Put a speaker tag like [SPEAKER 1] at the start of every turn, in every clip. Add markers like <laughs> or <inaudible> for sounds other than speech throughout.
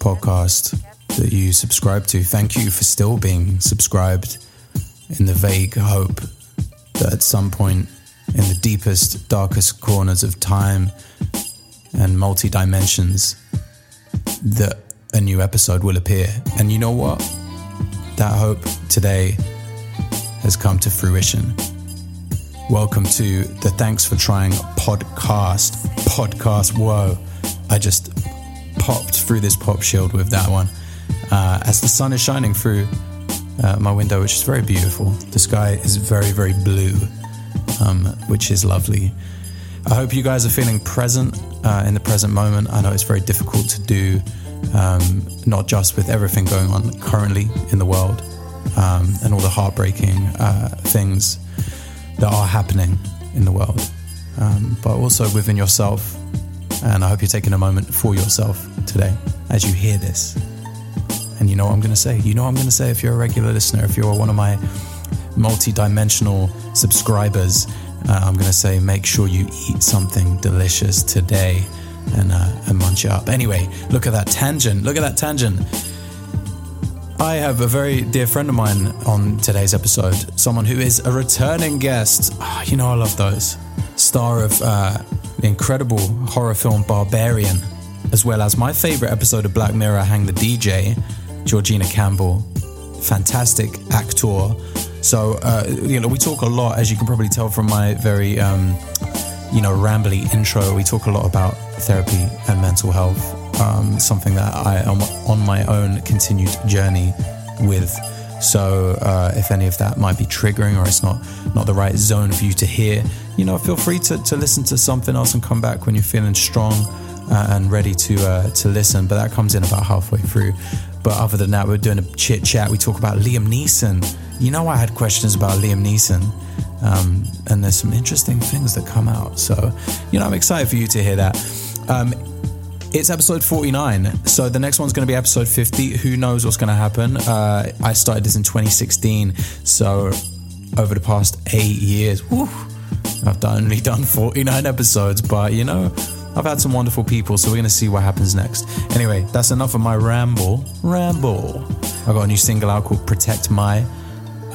[SPEAKER 1] podcast that you subscribe to. Thank you for still being subscribed in the vague hope that at some point in the deepest, darkest corners of time and multi dimensions, that a new episode will appear. And you know what? That hope today has come to fruition. Welcome to the Thanks for Trying podcast. Podcast, whoa. I just popped through this pop shield with that one. Uh, as the sun is shining through uh, my window, which is very beautiful, the sky is very, very blue, um, which is lovely. I hope you guys are feeling present uh, in the present moment. I know it's very difficult to do, um, not just with everything going on currently in the world um, and all the heartbreaking uh, things that are happening in the world, um, but also within yourself. And I hope you're taking a moment for yourself today as you hear this. And you know what I'm going to say. You know what I'm going to say if you're a regular listener, if you're one of my multi dimensional subscribers, uh, I'm going to say make sure you eat something delicious today and, uh, and munch it up. Anyway, look at that tangent. Look at that tangent. I have a very dear friend of mine on today's episode, someone who is a returning guest. Ah, you know, I love those. Star of uh, the incredible horror film Barbarian, as well as my favorite episode of Black Mirror, Hang the DJ, Georgina Campbell. Fantastic actor. So, uh, you know, we talk a lot, as you can probably tell from my very, um, you know, rambly intro. We talk a lot about therapy and mental health um, something that I am on my own continued journey with. So uh, if any of that might be triggering or it's not not the right zone for you to hear, you know, feel free to, to listen to something else and come back when you're feeling strong uh, and ready to uh, to listen. But that comes in about halfway through. But other than that, we're doing a chit chat. We talk about Liam Neeson. You know, I had questions about Liam Neeson um, and there's some interesting things that come out. So, you know, I'm excited for you to hear that. Um, it's episode 49, so the next one's going to be episode 50. Who knows what's going to happen? Uh, I started this in 2016, so over the past eight years, whew, I've done, only done 49 episodes, but you know, I've had some wonderful people, so we're going to see what happens next. Anyway, that's enough of my ramble. Ramble. I got a new single out called Protect My,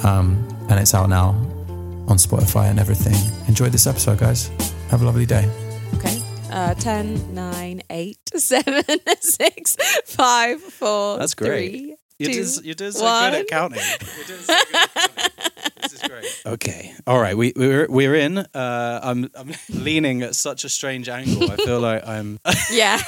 [SPEAKER 1] um, and it's out now on Spotify and everything. Enjoy this episode, guys. Have a lovely day.
[SPEAKER 2] Okay. Uh, 10, 9, <laughs> 8, 7, 6, 5, 4.
[SPEAKER 1] That's great.
[SPEAKER 2] three,
[SPEAKER 3] You
[SPEAKER 2] two,
[SPEAKER 3] do, you do so good
[SPEAKER 2] one.
[SPEAKER 3] at counting. <laughs> You do so good at counting. This is great. Okay. All right. We we're we're in. Uh, I'm I'm <laughs> leaning at such a strange angle. I feel like I'm. I
[SPEAKER 2] <laughs>
[SPEAKER 3] <laughs>
[SPEAKER 2] Yeah.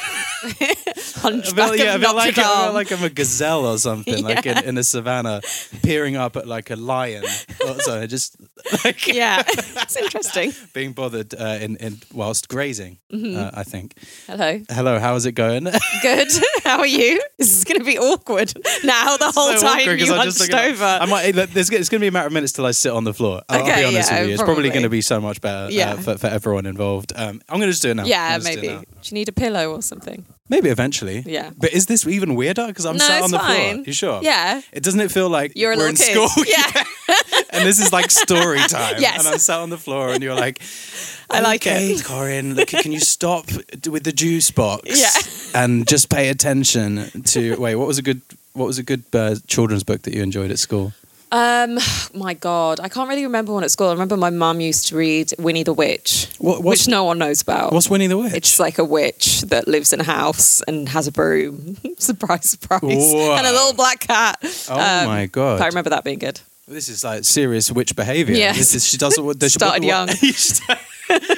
[SPEAKER 3] feel,
[SPEAKER 2] Hunchback
[SPEAKER 3] yeah, I
[SPEAKER 2] of
[SPEAKER 3] feel like I feel
[SPEAKER 2] Notre
[SPEAKER 3] like I'm a gazelle or
[SPEAKER 2] <laughs>
[SPEAKER 3] something, like in,
[SPEAKER 2] Yeah.
[SPEAKER 3] in a savannah, peering up at like a
[SPEAKER 2] <laughs>
[SPEAKER 3] lion. Or so just like <laughs>
[SPEAKER 2] Dame. yeah. It's interesting.
[SPEAKER 3] being bothered uh, in in whilst grazing. Uh,
[SPEAKER 2] Mm-hmm.
[SPEAKER 3] I think.
[SPEAKER 2] Hello.
[SPEAKER 3] Hello. How is it going? <laughs>
[SPEAKER 2] Good. <laughs> How are you? This is going to be awkward now the whole
[SPEAKER 3] so awkward
[SPEAKER 2] time
[SPEAKER 3] 'cause
[SPEAKER 2] you
[SPEAKER 3] I'm just
[SPEAKER 2] hunched
[SPEAKER 3] looking-
[SPEAKER 2] over.
[SPEAKER 3] I might, look, there's, it's going to be a matter of minutes till I sit on the floor. I'll, I'll
[SPEAKER 2] Okay,
[SPEAKER 3] be honest
[SPEAKER 2] yeah,
[SPEAKER 3] with you. It's probably,
[SPEAKER 2] probably.
[SPEAKER 3] going to be so much better uh,
[SPEAKER 2] Yeah.
[SPEAKER 3] for, for everyone involved. Um, I'm going to just do it now.
[SPEAKER 2] yeah,
[SPEAKER 3] I'm gonna just do it
[SPEAKER 2] maybe.
[SPEAKER 3] now.
[SPEAKER 2] Do you need a pillow or something?
[SPEAKER 1] Maybe eventually.
[SPEAKER 2] Yeah.
[SPEAKER 1] But is this even weirder? Because I'm
[SPEAKER 2] No,
[SPEAKER 1] sat
[SPEAKER 2] it's
[SPEAKER 1] on the floor.
[SPEAKER 2] fine.
[SPEAKER 1] You sure?
[SPEAKER 2] Yeah.
[SPEAKER 1] It doesn't it feel like
[SPEAKER 2] You're a
[SPEAKER 1] we're
[SPEAKER 2] little
[SPEAKER 1] in
[SPEAKER 2] kid.
[SPEAKER 3] <laughs>
[SPEAKER 1] school?
[SPEAKER 2] Yeah.
[SPEAKER 1] and this is like
[SPEAKER 2] <laughs>
[SPEAKER 1] story time.
[SPEAKER 2] Yes.
[SPEAKER 1] And I'm sat on the floor and you're like,
[SPEAKER 2] I like
[SPEAKER 1] okay,
[SPEAKER 2] it.
[SPEAKER 1] Corin, look, can you stop d- with the juice box?
[SPEAKER 2] Yeah.
[SPEAKER 1] And just pay attention to wait, what was a good what was a good uh, children's book that you enjoyed at school?
[SPEAKER 2] Um, <sighs> my God, I can't really remember one at school. I remember my mum used to read Winnie the Witch,
[SPEAKER 1] What- what's-
[SPEAKER 2] which no one knows about.
[SPEAKER 1] What's Winnie the Witch?
[SPEAKER 2] It's like a witch that lives in a house and has a broom. <laughs> surprise, surprise.
[SPEAKER 1] Whoa.
[SPEAKER 2] And a little black cat.
[SPEAKER 1] Oh my God.
[SPEAKER 2] um, I remember that being good.
[SPEAKER 1] This is like serious witch behavior.
[SPEAKER 2] Yes.
[SPEAKER 1] This is, she does what does she, <laughs>
[SPEAKER 2] Started
[SPEAKER 1] what, what-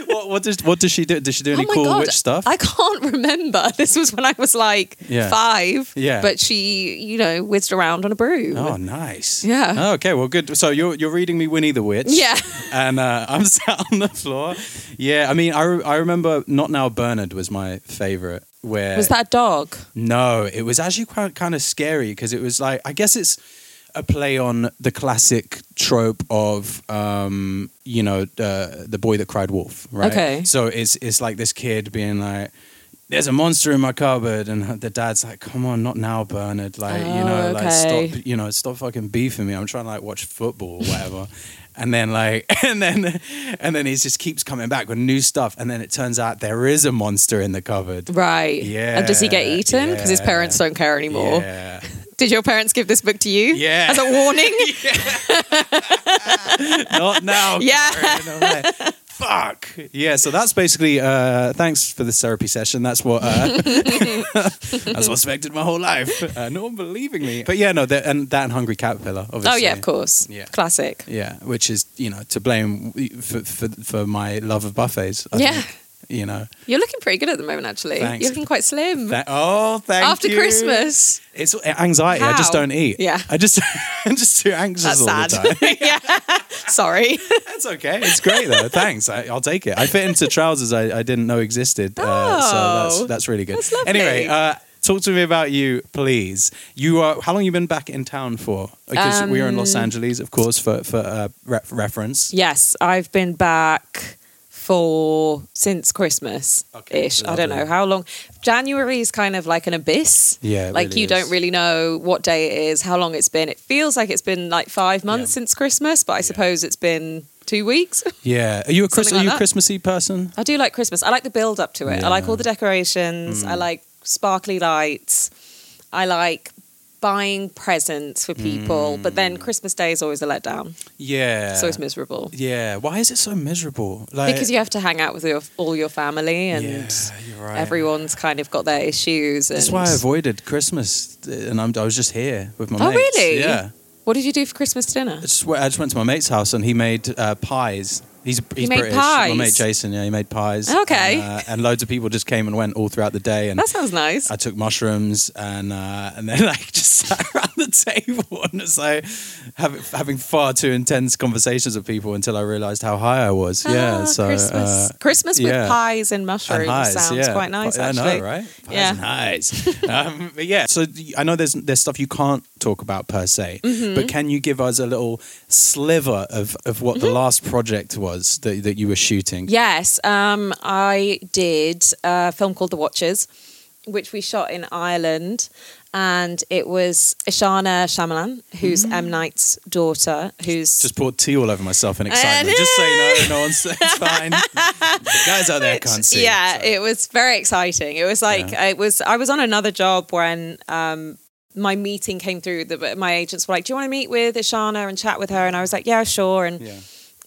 [SPEAKER 1] what, what does what does she do? Does she do any cool witch stuff?
[SPEAKER 2] Oh I can't remember. <laughs> This was when I was like
[SPEAKER 1] Yeah.
[SPEAKER 2] five.
[SPEAKER 1] Yeah.
[SPEAKER 2] But she, you know, whizzed around on a broom.
[SPEAKER 1] Oh, nice.
[SPEAKER 2] Yeah.
[SPEAKER 1] Oh, okay. Well, good. So you're you're reading me Winnie the Witch.
[SPEAKER 2] Yeah.
[SPEAKER 1] And uh, <laughs> I'm sat on the floor. Yeah. I mean, I, re- I remember Not Now Bernard was my favorite. Where
[SPEAKER 2] Was that a dog?
[SPEAKER 1] No, it was actually quite kind of scary because it was like I guess it's a play on the classic trope of um, you know uh, the boy that cried wolf, right?
[SPEAKER 2] Okay.
[SPEAKER 1] So it's it's like this kid being like. There's a monster in my cupboard, and the dad's like, "Come on, not now, Bernard! Like, you know,
[SPEAKER 2] Oh,
[SPEAKER 1] like
[SPEAKER 2] okay.
[SPEAKER 1] stop, you know, stop fucking beefing me. I'm trying to like watch football or whatever." <laughs> and then like, <laughs> and then, and then he just keeps coming back with new stuff, and then it turns out there is a monster in the cupboard.
[SPEAKER 2] Right. And does he get
[SPEAKER 1] Yeah,
[SPEAKER 2] eaten? Because his
[SPEAKER 1] yeah.
[SPEAKER 2] parents don't care anymore.
[SPEAKER 1] Yeah.
[SPEAKER 2] Did your parents give this book to you?
[SPEAKER 1] Yeah.
[SPEAKER 2] As
[SPEAKER 1] <laughs>
[SPEAKER 2] a warning?
[SPEAKER 1] Not now.
[SPEAKER 2] <laughs> Yeah.
[SPEAKER 1] Karen. I'm like, Fuck. Yeah. So that's basically. Uh, thanks for this therapy session. That's what. Uh, <laughs> that's what affected my whole life. Uh, no one believing me. But yeah, no. That, and that and Hungry Caterpillar. Obviously.
[SPEAKER 2] oh, yeah, of course.
[SPEAKER 1] Yeah.
[SPEAKER 2] Classic.
[SPEAKER 1] Yeah, which is you know to blame for for, for my love of buffets. I
[SPEAKER 2] Yeah.
[SPEAKER 1] think, you know.
[SPEAKER 2] You're looking pretty good at the moment, actually.
[SPEAKER 1] Thanks.
[SPEAKER 2] You're looking quite slim.
[SPEAKER 1] Tha- oh, thank
[SPEAKER 2] After
[SPEAKER 1] you.
[SPEAKER 2] Christmas.
[SPEAKER 1] It's anxiety. I just
[SPEAKER 2] How?
[SPEAKER 1] don't eat.
[SPEAKER 2] Yeah.
[SPEAKER 1] I just <laughs> I'm just too anxious
[SPEAKER 2] That's
[SPEAKER 1] all
[SPEAKER 2] sad.
[SPEAKER 1] the time.
[SPEAKER 2] <laughs> yeah. Sorry.
[SPEAKER 1] That's okay. It's great though.
[SPEAKER 2] <laughs>
[SPEAKER 1] Thanks. I, I'll take it. I fit into trousers I, I didn't know existed. Uh, so that's
[SPEAKER 2] Oh.
[SPEAKER 1] that's really good.
[SPEAKER 2] That's lovely.
[SPEAKER 1] Anyway, uh, talk to me about you, please. You are how long you been back in town for? Because we are in
[SPEAKER 2] Um,
[SPEAKER 1] Los Angeles, of course, for for uh, re- reference.
[SPEAKER 2] Yes, I've been back for since Christmas ish.
[SPEAKER 1] Okay,
[SPEAKER 2] I don't
[SPEAKER 1] lovely.
[SPEAKER 2] know how long. January is kind of like an abyss.
[SPEAKER 1] Yeah, it
[SPEAKER 2] like
[SPEAKER 1] really
[SPEAKER 2] you
[SPEAKER 1] is.
[SPEAKER 2] don't really know what day it is, how long it's been. It feels like it's been like five months since Christmas, but I suppose it's been two weeks. <laughs>
[SPEAKER 1] Yeah. Are you a Chris,
[SPEAKER 2] Something like
[SPEAKER 1] are you a
[SPEAKER 2] that.
[SPEAKER 1] Christmassy person?
[SPEAKER 2] I do like Christmas. I like the build up to it. I like all the decorations.
[SPEAKER 1] Mm.
[SPEAKER 2] I like sparkly lights. I like buying presents for people. But then
[SPEAKER 1] Mm.
[SPEAKER 2] Christmas Day is always a letdown.
[SPEAKER 1] Yeah.
[SPEAKER 2] It's always miserable.
[SPEAKER 1] yeah. Why is it so miserable? Like
[SPEAKER 2] Because you have to hang out with your, all your family and
[SPEAKER 1] Yeah, you're right.
[SPEAKER 2] everyone's kind of got their issues. And
[SPEAKER 1] That's why I avoided Christmas, and I'm, I was just here with my
[SPEAKER 2] Oh,
[SPEAKER 1] mates.
[SPEAKER 2] really?
[SPEAKER 1] Yeah.
[SPEAKER 2] What did you do for Christmas dinner?
[SPEAKER 1] I just, went- I just went to my mate's house and he made uh, pies. He's, he's
[SPEAKER 2] made
[SPEAKER 1] British.
[SPEAKER 2] pies?
[SPEAKER 1] My mate Jason, yeah, he made pies.
[SPEAKER 2] Okay.
[SPEAKER 1] And, uh, and loads of people just came and went all throughout the day. And
[SPEAKER 2] That sounds nice.
[SPEAKER 1] I took mushrooms and uh, and then <laughs> like just sat around the table and it's like having, having far too intense conversations with people until I realised how high I was. yeah.
[SPEAKER 2] Ah,
[SPEAKER 1] So
[SPEAKER 2] Christmas,
[SPEAKER 1] uh,
[SPEAKER 2] Christmas with
[SPEAKER 1] yeah.
[SPEAKER 2] pies and mushrooms
[SPEAKER 1] and highs,
[SPEAKER 2] sounds
[SPEAKER 1] yeah.
[SPEAKER 2] quite nice.
[SPEAKER 1] I
[SPEAKER 2] actually.
[SPEAKER 1] know, right? Pies
[SPEAKER 2] Yeah.
[SPEAKER 1] and highs. <laughs> um, but yeah, so d- I know there's there's stuff you can't talk about per se,
[SPEAKER 2] Mm-hmm.
[SPEAKER 1] but can you give us a little sliver of, of what the last project was that, that you were shooting?
[SPEAKER 2] Mm-hmm. Yes, um, I did a film called The Watchers, which we shot in Ireland, and it was Ishana Shyamalan, who's M Night's daughter, who's
[SPEAKER 1] Just poured tea all over myself in excitement. Just so you
[SPEAKER 2] <laughs>
[SPEAKER 1] know, no one's it's fine. The guys out there can't see.
[SPEAKER 2] Yeah,
[SPEAKER 1] so-
[SPEAKER 2] it was very exciting. It was like it was. I was on another job when um, my meeting came through. The, my agents were like, "Do you want to meet with Ishana and chat with her?" And I was like, "Yeah, sure." And
[SPEAKER 1] Yeah.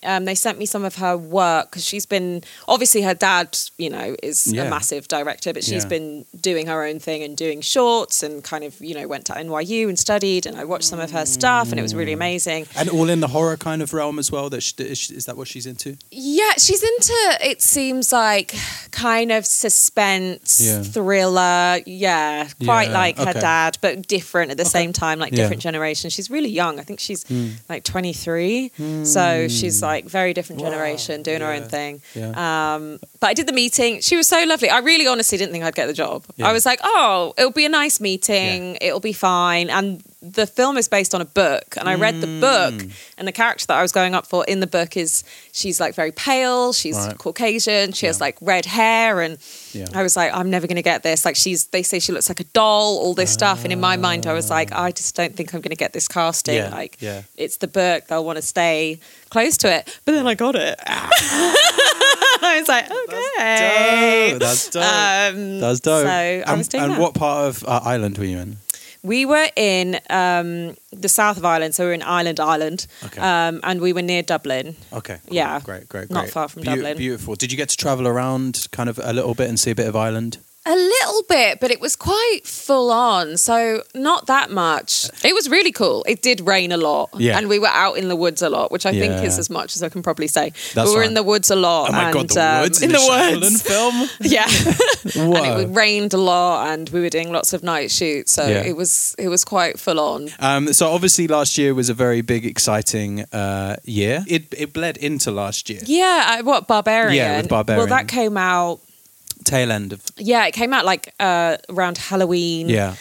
[SPEAKER 2] um, they sent me some of her work because she's been obviously her dad, you know, is
[SPEAKER 1] Yeah.
[SPEAKER 2] a massive director, but she's
[SPEAKER 1] Yeah.
[SPEAKER 2] been doing her own thing and doing shorts and kind of you know went to NYU and studied. And I watched some of her stuff, and it was
[SPEAKER 1] Mm.
[SPEAKER 2] really amazing.
[SPEAKER 1] And all in the horror kind of realm as well. That sh- is, sh- is that what she's into?
[SPEAKER 2] Yeah, she's into it seems like kind of suspense,
[SPEAKER 1] Yeah.
[SPEAKER 2] thriller. Yeah, quite
[SPEAKER 1] Yeah,
[SPEAKER 2] like
[SPEAKER 1] okay.
[SPEAKER 2] her dad, but different at the same time, like
[SPEAKER 1] Yeah. Hmm.
[SPEAKER 2] different generation. She's really young. I think she's like 23. So she's like very different generation, doing her own thing. Um,
[SPEAKER 1] Yeah.
[SPEAKER 2] But I did the meeting. She was so lovely. I really honestly didn't think I'd get the job. I was like, oh, it'll be a nice meeting. It'll be fine. And the film is based on a book, and I read the
[SPEAKER 1] Hmm.
[SPEAKER 2] book, and the character that I was going up for in the book is she's like very pale, she's
[SPEAKER 1] Right.
[SPEAKER 2] Caucasian, she has
[SPEAKER 1] Yeah.
[SPEAKER 2] like red hair, and
[SPEAKER 1] Yeah.
[SPEAKER 2] I was like, I'm never going to get this. Like she's, they say she looks like a doll, all this stuff, and in my mind, I was like, I just don't think I'm going to get this casting.
[SPEAKER 1] Yeah,
[SPEAKER 2] Like
[SPEAKER 1] yeah.
[SPEAKER 2] it's the book, they'll want to stay close to it, but then I got it. <laughs> I was like, okay.
[SPEAKER 1] Dope. That's dope. That's dope.
[SPEAKER 2] Um, so I
[SPEAKER 1] and,
[SPEAKER 2] was doing
[SPEAKER 1] And
[SPEAKER 2] that.
[SPEAKER 1] what part of uh, Ireland were you in?
[SPEAKER 2] We were in um, the south of Ireland, so we were in Ireland, Ireland,
[SPEAKER 1] Okay.
[SPEAKER 2] um, and we were near Dublin.
[SPEAKER 1] Okay.
[SPEAKER 2] Yeah.
[SPEAKER 1] Great, great, great.
[SPEAKER 2] Not far from Dublin.
[SPEAKER 1] Beautiful. Did you get to travel around kind of a little bit and see a bit of Ireland?
[SPEAKER 2] A little bit, but it was quite full on, so not that much. It was really cool. It did rain a lot,
[SPEAKER 1] Yeah.
[SPEAKER 2] and we were out in the woods a lot, which I think is
[SPEAKER 1] Yeah.
[SPEAKER 2] as much as I can probably say.
[SPEAKER 1] That's
[SPEAKER 2] we were
[SPEAKER 1] fine.
[SPEAKER 2] in the woods a lot.
[SPEAKER 1] Oh my
[SPEAKER 2] and,
[SPEAKER 1] God, the
[SPEAKER 2] um,
[SPEAKER 1] woods.
[SPEAKER 2] in the
[SPEAKER 1] Shyamalan
[SPEAKER 2] woods. <laughs>
[SPEAKER 1] film.
[SPEAKER 2] Yeah,
[SPEAKER 1] Whoa.
[SPEAKER 2] and it rained a lot, and we were doing lots of night shoots, so
[SPEAKER 1] Yeah.
[SPEAKER 2] it was it was quite full on.
[SPEAKER 1] Um, so obviously last year was a very big, exciting uh, year. It it bled into last year,
[SPEAKER 2] Yeah, I- what Barbarian?
[SPEAKER 1] Yeah, with Barbarian.
[SPEAKER 2] Well, that came out.
[SPEAKER 1] tail end of
[SPEAKER 2] Yeah, it came out like uh, around Halloween,
[SPEAKER 1] yeah,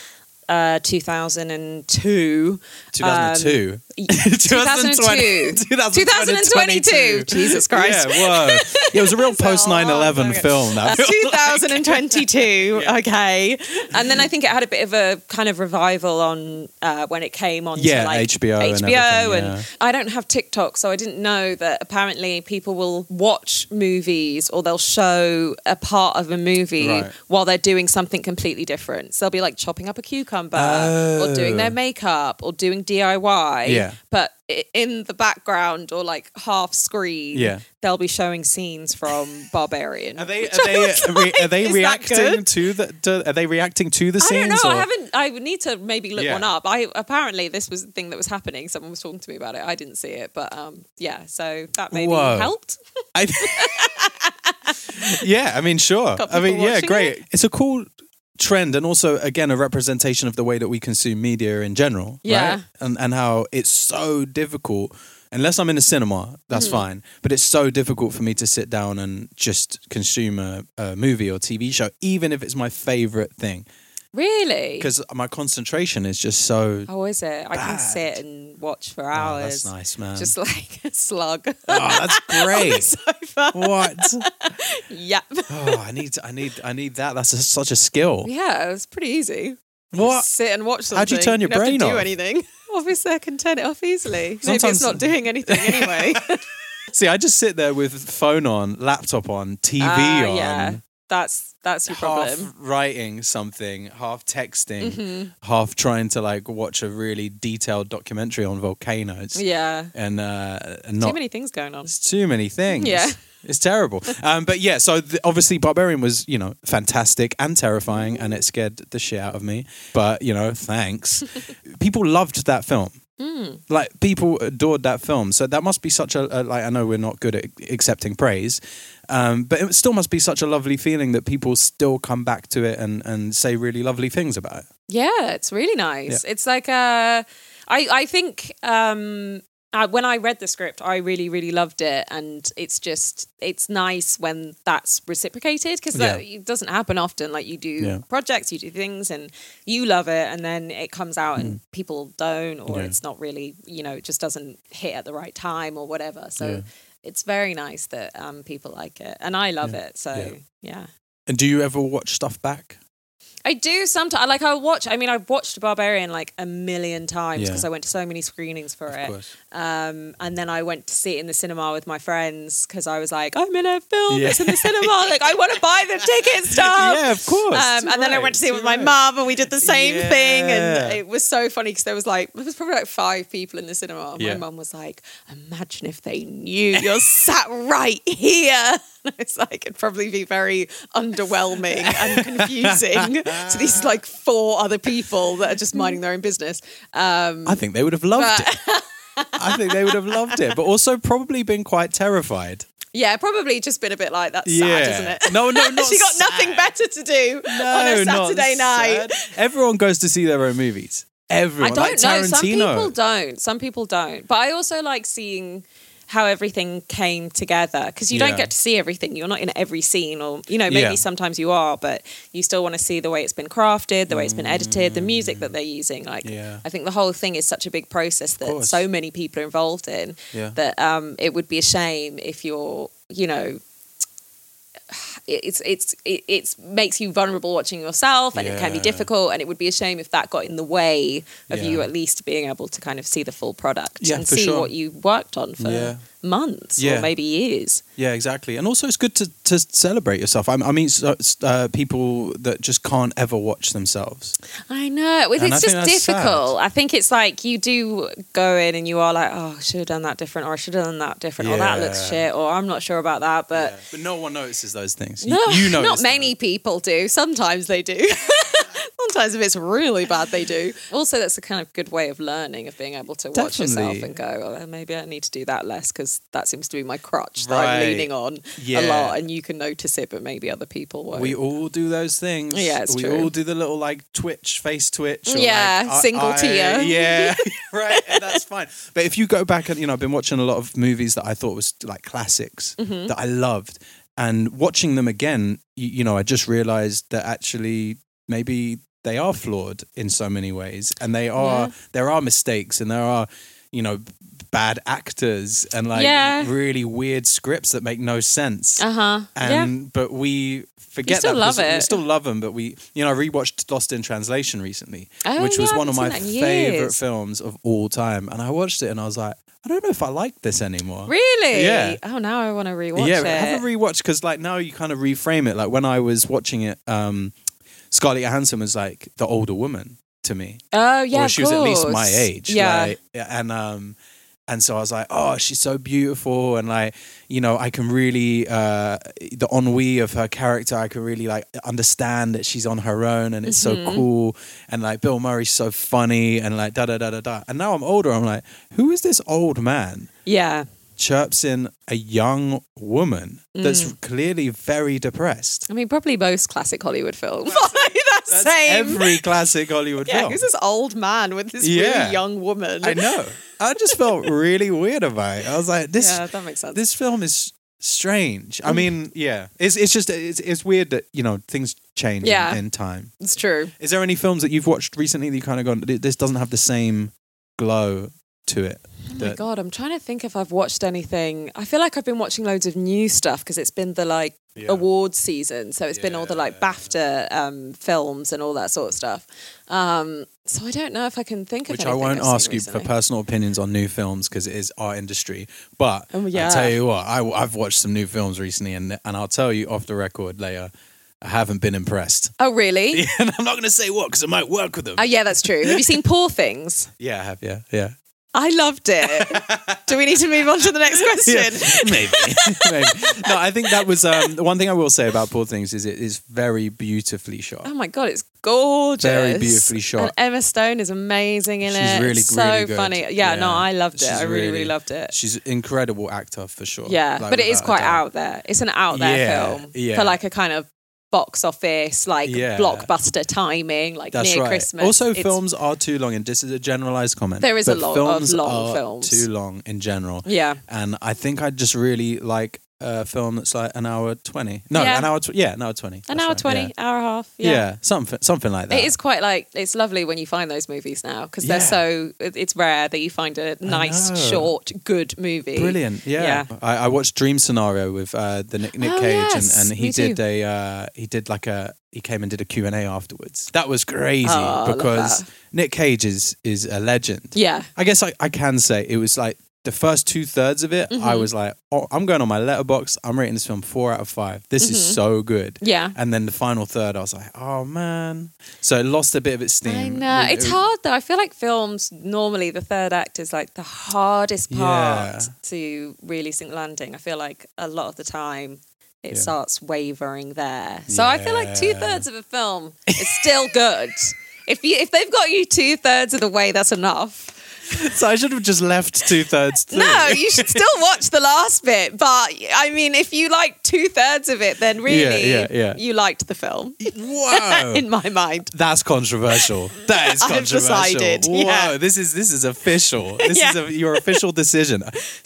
[SPEAKER 2] uh, 2002.
[SPEAKER 1] 2002, <laughs>
[SPEAKER 2] 2002. 2022. Jesus Christ.
[SPEAKER 1] Yeah, whoa. Yeah, it was a
[SPEAKER 2] <laughs>
[SPEAKER 1] real
[SPEAKER 2] a
[SPEAKER 1] post 9 11
[SPEAKER 2] long time ago.
[SPEAKER 1] film. <laughs> That
[SPEAKER 2] That's 2022.
[SPEAKER 1] <laughs>
[SPEAKER 2] Okay. And then I think it had a bit of a kind of revival on uh, when it came on
[SPEAKER 1] Yeah,
[SPEAKER 2] to like
[SPEAKER 1] HBO and
[SPEAKER 2] HBO
[SPEAKER 1] everything,
[SPEAKER 2] and
[SPEAKER 1] yeah.
[SPEAKER 2] I don't have TikTok, so I didn't know that apparently people will watch movies or they'll show a part of a movie
[SPEAKER 1] Right.
[SPEAKER 2] while they're doing something completely different. So they'll be like chopping up a cucumber or doing their makeup or doing DIY.
[SPEAKER 1] Oh. Yeah.
[SPEAKER 2] But i- in the background or like half screen,
[SPEAKER 1] Yeah.
[SPEAKER 2] they'll be showing scenes from <laughs> Barbarian.
[SPEAKER 1] Are
[SPEAKER 2] <laughs>
[SPEAKER 1] they are they, are re- are they
[SPEAKER 2] is that
[SPEAKER 1] reacting
[SPEAKER 2] good?
[SPEAKER 1] to the to, are they reacting to the
[SPEAKER 2] I don't
[SPEAKER 1] scenes?
[SPEAKER 2] know. I
[SPEAKER 1] or-
[SPEAKER 2] haven't. I would need to maybe look
[SPEAKER 1] Yeah.
[SPEAKER 2] one up. I apparently this was the thing that was happening. Someone was talking to me about it. I didn't see it, but um, yeah. So that maybe
[SPEAKER 1] Whoa.
[SPEAKER 2] helped. <laughs>
[SPEAKER 1] I- yeah, I mean, sure.
[SPEAKER 2] Got
[SPEAKER 1] I mean,
[SPEAKER 2] people
[SPEAKER 1] yeah,
[SPEAKER 2] watching
[SPEAKER 1] great. It's a cool trend, and also again a representation of the way that we consume media in general.
[SPEAKER 2] Yeah.
[SPEAKER 1] right? and and how it's so difficult. Unless I'm in a cinema, that's
[SPEAKER 2] Mm.
[SPEAKER 1] fine. But it's so difficult for me to sit down and just consume a, a movie or TV show, even if it's my favorite thing,
[SPEAKER 2] Really?
[SPEAKER 1] because my concentration is just so.
[SPEAKER 2] Oh, is it? I
[SPEAKER 1] Bad.
[SPEAKER 2] can sit and watch for
[SPEAKER 1] Oh,
[SPEAKER 2] hours.
[SPEAKER 1] that's nice, man.
[SPEAKER 2] Just <laughs> like a slug.
[SPEAKER 1] <laughs>
[SPEAKER 2] <laughs>
[SPEAKER 1] oh, that's great. what?
[SPEAKER 2] yeah.
[SPEAKER 1] Oh, I need, I need, I need that. That's a, such a skill.
[SPEAKER 2] Yeah, it was pretty easy.
[SPEAKER 1] What?
[SPEAKER 2] Sit and watch something.
[SPEAKER 1] How'd you turn your
[SPEAKER 2] don't have to
[SPEAKER 1] brain
[SPEAKER 2] do
[SPEAKER 1] off?
[SPEAKER 2] anything. <laughs> Obviously, I can turn it off easily. Maybe
[SPEAKER 1] Sometimes-
[SPEAKER 2] it's not doing
[SPEAKER 1] <laughs>
[SPEAKER 2] anything anyway.
[SPEAKER 1] See, I just sit there with phone on, laptop on, TV
[SPEAKER 2] Ah,
[SPEAKER 1] on,
[SPEAKER 2] Yeah, that's that's your
[SPEAKER 1] half
[SPEAKER 2] problem. Mm-hmm.
[SPEAKER 1] writing something, half texting, half trying to like watch a really detailed documentary on volcanoes,
[SPEAKER 2] Yeah,
[SPEAKER 1] and uh, and not
[SPEAKER 2] too many things going on.
[SPEAKER 1] It's too many things.
[SPEAKER 2] Yeah.
[SPEAKER 1] It's terrible. Um, but yeah, so th- obviously Barbarian was, you know, fantastic and terrifying and it scared the shit out of me. But, you know, thanks. people loved that film. Like people adored that film. So that must be such a, a like I know we're not good at accepting praise. Um, but it still must be such a lovely feeling that people still come back to it and, and say really lovely things about it.
[SPEAKER 2] Yeah, it's really nice. It's like uh, I I think um, uh, when I read the script, I really really loved it, and it's just it's nice when that's reciprocated because it doesn't happen often. Like you do
[SPEAKER 1] Yeah.
[SPEAKER 2] projects, you do things, and you love it, and then it comes out and people don't, or
[SPEAKER 1] Yeah.
[SPEAKER 2] it's not really you know it just doesn't hit at the right time or whatever. So.
[SPEAKER 1] Yeah.
[SPEAKER 2] It's very nice that um, people like it, and I love it. So
[SPEAKER 1] Yeah.
[SPEAKER 2] yeah.
[SPEAKER 1] And do you ever watch stuff back?
[SPEAKER 2] I do sometimes. Like I watch. I mean, I've watched Barbarian like a million times
[SPEAKER 1] Yeah.
[SPEAKER 2] because I went to so many screenings for it.
[SPEAKER 1] course.
[SPEAKER 2] Um, and then I went to see it in the cinema with my friends because I was like, I'm in a film.
[SPEAKER 1] Yeah.
[SPEAKER 2] It's in the cinema. Like I want to buy the
[SPEAKER 1] <laughs>
[SPEAKER 2] ticket stuff.
[SPEAKER 1] Yeah, of course.
[SPEAKER 2] Um, and then I
[SPEAKER 1] Right,
[SPEAKER 2] went to see it with my
[SPEAKER 1] right.
[SPEAKER 2] mum, and we did the same thing, and
[SPEAKER 1] Yeah.
[SPEAKER 2] it was so funny because there was like there was probably like five people in the cinema. And
[SPEAKER 1] Yeah.
[SPEAKER 2] My mum was like, "Imagine if they knew
[SPEAKER 1] <laughs>
[SPEAKER 2] you're sat right here." <laughs> And I was like, "It'd probably be very underwhelming
[SPEAKER 1] <laughs>
[SPEAKER 2] and confusing to these like four other people that are just minding their own business." Um,
[SPEAKER 1] I think they would have loved it. I think they would have loved it, but also probably been quite terrified.
[SPEAKER 2] yeah, probably just been a bit like that's <laughs> sad, isn't it?
[SPEAKER 1] No,
[SPEAKER 2] <laughs>
[SPEAKER 1] no, not
[SPEAKER 2] she got
[SPEAKER 1] sad.
[SPEAKER 2] nothing better to do
[SPEAKER 1] No,
[SPEAKER 2] on a
[SPEAKER 1] not
[SPEAKER 2] Saturday
[SPEAKER 1] sad.
[SPEAKER 2] night.
[SPEAKER 1] Everyone goes to see their own movies. Everyone.
[SPEAKER 2] I don't
[SPEAKER 1] like
[SPEAKER 2] know.
[SPEAKER 1] Tarantino.
[SPEAKER 2] Some people don't. Some people don't. But I also like seeing how everything came together because you
[SPEAKER 1] Yeah.
[SPEAKER 2] don't get to see everything. You're not in every scene, or you know, maybe
[SPEAKER 1] Yeah.
[SPEAKER 2] sometimes you are, but you still want to see the way it's been crafted, the way it's been edited, the music that they're using. Like,
[SPEAKER 1] Mm. Yeah.
[SPEAKER 2] I think the whole thing is such a big process that
[SPEAKER 1] course.
[SPEAKER 2] so many people are involved in
[SPEAKER 1] Yeah.
[SPEAKER 2] that um, it would be a shame if you're, you know. it- It's it's it it's makes you vulnerable watching yourself, and it can be
[SPEAKER 1] Yeah.
[SPEAKER 2] difficult. And it would be a shame if that got in the way of
[SPEAKER 1] Yeah.
[SPEAKER 2] you at least being able to kind of see the full product
[SPEAKER 1] Yeah,
[SPEAKER 2] and
[SPEAKER 1] for
[SPEAKER 2] see
[SPEAKER 1] sure.
[SPEAKER 2] what you worked on for
[SPEAKER 1] Yeah.
[SPEAKER 2] months
[SPEAKER 1] Yeah.
[SPEAKER 2] or maybe years.
[SPEAKER 1] Yeah, exactly. And also, it's good to, to celebrate yourself. I, I mean, so, uh, people that just can't ever watch themselves.
[SPEAKER 2] I know.
[SPEAKER 1] And I
[SPEAKER 2] Well, it's
[SPEAKER 1] think
[SPEAKER 2] just
[SPEAKER 1] that's sad.
[SPEAKER 2] difficult. I think it's like you do go in and you are like, oh, I should have done that different, or I should have done that different, or that looks
[SPEAKER 1] Yeah.
[SPEAKER 2] shit, or I'm not sure about that. But
[SPEAKER 1] But no one notices those things.
[SPEAKER 2] no,
[SPEAKER 1] you, you notice
[SPEAKER 2] <laughs> not
[SPEAKER 1] them.
[SPEAKER 2] many people do. Sometimes they do. <laughs> Sometimes if it's really bad, they do. Also, that's a kind of good way of learning of being able to watch yourself
[SPEAKER 1] Definitely.
[SPEAKER 2] and go, oh, maybe I need to do that less because that seems to be my crutch that I'm
[SPEAKER 1] Right.
[SPEAKER 2] leaning on a
[SPEAKER 1] Yeah.
[SPEAKER 2] lot, and you can notice it, but maybe other people won't.
[SPEAKER 1] We all do those things.
[SPEAKER 2] Yeah, it's
[SPEAKER 1] we
[SPEAKER 2] true.
[SPEAKER 1] all do the little like twitch, face twitch. or,
[SPEAKER 2] Yeah,
[SPEAKER 1] like, I-
[SPEAKER 2] single
[SPEAKER 1] I-
[SPEAKER 2] tear. <laughs>
[SPEAKER 1] Yeah, <laughs> right. And that's fine. But if you go back and you know, I've been watching a lot of movies that I thought was like classics
[SPEAKER 2] Mm-hmm.
[SPEAKER 1] that I loved, and watching them again, you, you know, I just realized that actually maybe they are flawed in so many ways, and they are there are mistakes, and there are you know bad actors and like
[SPEAKER 2] Yeah.
[SPEAKER 1] really weird scripts that make no sense
[SPEAKER 2] uh huh. Yeah.
[SPEAKER 1] and Um, but we forget
[SPEAKER 2] still
[SPEAKER 1] that
[SPEAKER 2] love
[SPEAKER 1] because
[SPEAKER 2] it.
[SPEAKER 1] we still love them but we you know I rewatched Lost in Translation recently
[SPEAKER 2] Oh,
[SPEAKER 1] which was
[SPEAKER 2] yeah, I
[SPEAKER 1] one of my
[SPEAKER 2] haven't seen that in
[SPEAKER 1] favorite
[SPEAKER 2] years.
[SPEAKER 1] films of all time and I watched it and I was like I don't know if I like this anymore
[SPEAKER 2] Really?
[SPEAKER 1] Yeah.
[SPEAKER 2] Oh, now I want to rewatch
[SPEAKER 1] yeah
[SPEAKER 2] it.
[SPEAKER 1] have a rewatch because like now you kind of reframe it like when I was watching it um Scarlett Johansson was like the older woman to me
[SPEAKER 2] oh, yeah.
[SPEAKER 1] or
[SPEAKER 2] of
[SPEAKER 1] she was at least my
[SPEAKER 2] course.
[SPEAKER 1] age.
[SPEAKER 2] Yeah.
[SPEAKER 1] like, and um, and so I was like, oh, she's so beautiful, and like, you know, I can really uh, the ennui of her character. I can really like understand that she's on her own, and it's
[SPEAKER 2] Mm-hmm.
[SPEAKER 1] so cool. And like, Bill Murray's so funny, and like, da da da da da. And now I'm older. I'm like, who is this old man?
[SPEAKER 2] yeah.
[SPEAKER 1] Chirps in a young woman that's
[SPEAKER 2] Mm.
[SPEAKER 1] clearly very depressed.
[SPEAKER 2] I mean, probably most classic Hollywood films. <laughs> Like, that
[SPEAKER 1] That's
[SPEAKER 2] same.
[SPEAKER 1] every classic Hollywood
[SPEAKER 2] <laughs> yeah,
[SPEAKER 1] film.
[SPEAKER 2] who's this old man with this
[SPEAKER 1] Yeah.
[SPEAKER 2] really young woman?
[SPEAKER 1] I know. I just felt really
[SPEAKER 2] <laughs>
[SPEAKER 1] weird about it. I was like, this
[SPEAKER 2] Yeah, that makes sense. Mm.
[SPEAKER 1] This film is strange. I mean, yeah, it's it's just it's, it's weird that you know things change in-
[SPEAKER 2] Yeah.
[SPEAKER 1] in, time.
[SPEAKER 2] <laughs> It's true.
[SPEAKER 1] Is there any films that you've watched recently that you kind of gone? "Th- This doesn't have the same glow to it.
[SPEAKER 2] Oh my
[SPEAKER 1] that-
[SPEAKER 2] God, I'm trying to think if I've watched anything. I feel like I've been watching loads of new stuff because it's been the like awards season. So it's been all the like BAFTA um, films and all that sort of stuff. Um, so I don't know if I can think of
[SPEAKER 1] Which I
[SPEAKER 2] anything
[SPEAKER 1] won't
[SPEAKER 2] I've seen
[SPEAKER 1] ask you
[SPEAKER 2] recently.
[SPEAKER 1] for personal opinions on new films because it is our industry. But
[SPEAKER 2] Oh, yeah.
[SPEAKER 1] I'll tell you what, I, I've watched some new films recently, and and I'll tell you off the record later. I haven't been impressed, <laughs>
[SPEAKER 2] Oh, really?
[SPEAKER 1] and I'm not going to say what because I might work with them.
[SPEAKER 2] Oh yeah, that's true. Have you seen Poor Things?
[SPEAKER 1] yeah, I have. Yeah, yeah.
[SPEAKER 2] I
[SPEAKER 1] <laughs>
[SPEAKER 2] loved it. Do we need to move on to the next question? <laughs>
[SPEAKER 1] maybe. <laughs> maybe. No, I think that was um, the one thing I will say about Poor Things is it is very beautifully shot.
[SPEAKER 2] Oh my god, it's gorgeous.
[SPEAKER 1] Very beautifully shot.
[SPEAKER 2] And Emma Stone is amazing in
[SPEAKER 1] She's
[SPEAKER 2] it.
[SPEAKER 1] really,
[SPEAKER 2] it's so
[SPEAKER 1] really good.
[SPEAKER 2] funny. Yeah, no,
[SPEAKER 1] Yeah.
[SPEAKER 2] I loved it.
[SPEAKER 1] She's
[SPEAKER 2] I really, really
[SPEAKER 1] really-
[SPEAKER 2] loved it.
[SPEAKER 1] She's an incredible actor for sure.
[SPEAKER 2] yeah,
[SPEAKER 1] Like,
[SPEAKER 2] but it is
[SPEAKER 1] without a
[SPEAKER 2] quite
[SPEAKER 1] doubt.
[SPEAKER 2] out there. It's an out there
[SPEAKER 1] Yeah,
[SPEAKER 2] film
[SPEAKER 1] yeah.
[SPEAKER 2] for like a kind of box office, like
[SPEAKER 1] Yeah.
[SPEAKER 2] blockbuster timing, like
[SPEAKER 1] That's
[SPEAKER 2] near
[SPEAKER 1] right.
[SPEAKER 2] Christmas.
[SPEAKER 1] Also,
[SPEAKER 2] It's-
[SPEAKER 1] films are too long, and this is a generalized comment.
[SPEAKER 2] There is a
[SPEAKER 1] but
[SPEAKER 2] lot of
[SPEAKER 1] films
[SPEAKER 2] long
[SPEAKER 1] are
[SPEAKER 2] films.
[SPEAKER 1] Too long in general.
[SPEAKER 2] Yeah.
[SPEAKER 1] And I think I just really like a film that's like an hour twenty. No,
[SPEAKER 2] Yeah.
[SPEAKER 1] an hour. Tw- yeah, an hour twenty.
[SPEAKER 2] An
[SPEAKER 1] That's
[SPEAKER 2] hour
[SPEAKER 1] right.
[SPEAKER 2] twenty,
[SPEAKER 1] Yeah.
[SPEAKER 2] hour and a half.
[SPEAKER 1] Yeah. something something like that.
[SPEAKER 2] It is quite like it's lovely when you find those movies now because
[SPEAKER 1] Yeah.
[SPEAKER 2] they're so it- it's rare that you find a nice
[SPEAKER 1] know.
[SPEAKER 2] short good movie.
[SPEAKER 1] Brilliant, yeah. I, I watched Dream Scenario with uh, the Nick, Nick
[SPEAKER 2] Oh,
[SPEAKER 1] Cage,
[SPEAKER 2] yes,
[SPEAKER 1] and, and he
[SPEAKER 2] me
[SPEAKER 1] did
[SPEAKER 2] too.
[SPEAKER 1] a uh, he did like a he came and did a Q and A afterwards. That was crazy
[SPEAKER 2] Oh, I love
[SPEAKER 1] because
[SPEAKER 2] that.
[SPEAKER 1] Nick Cage is is a legend.
[SPEAKER 2] Yeah.
[SPEAKER 1] I guess I, I can say it was like the first two thirds of it. I
[SPEAKER 2] Mm-hmm.
[SPEAKER 1] was like, oh, I'm going on my letterbox. I'm rating this film four out of five. This is so good.
[SPEAKER 2] Mm-hmm. Yeah.
[SPEAKER 1] And then the final third, I was like, oh man. So it lost a bit of its steam.
[SPEAKER 2] I know.
[SPEAKER 1] It-
[SPEAKER 2] It's hard though. I feel like films normally the third act is like the hardest part
[SPEAKER 1] Yeah.
[SPEAKER 2] to really sink landing. I feel like a lot of the time it
[SPEAKER 1] Yeah.
[SPEAKER 2] starts wavering there. So I feel like two
[SPEAKER 1] Yeah.
[SPEAKER 2] thirds of a film is still good. if you if they've got you two thirds of the way, that's enough.
[SPEAKER 1] <laughs> so I should have just left two thirds.
[SPEAKER 2] No, you should still watch the last bit. But I mean, if you like two thirds of it, then really
[SPEAKER 1] yeah, yeah. Oh.
[SPEAKER 2] you liked the film
[SPEAKER 1] <laughs> Whoa.
[SPEAKER 2] <laughs> in my mind.
[SPEAKER 1] That's controversial.
[SPEAKER 2] <laughs>
[SPEAKER 1] That is
[SPEAKER 2] I've
[SPEAKER 1] controversial.
[SPEAKER 2] decided,
[SPEAKER 1] Whoa,
[SPEAKER 2] yeah.
[SPEAKER 1] this is this is
[SPEAKER 2] <laughs>
[SPEAKER 1] official. This is
[SPEAKER 2] Yeah.
[SPEAKER 1] a, your official
[SPEAKER 2] <laughs>
[SPEAKER 1] decision.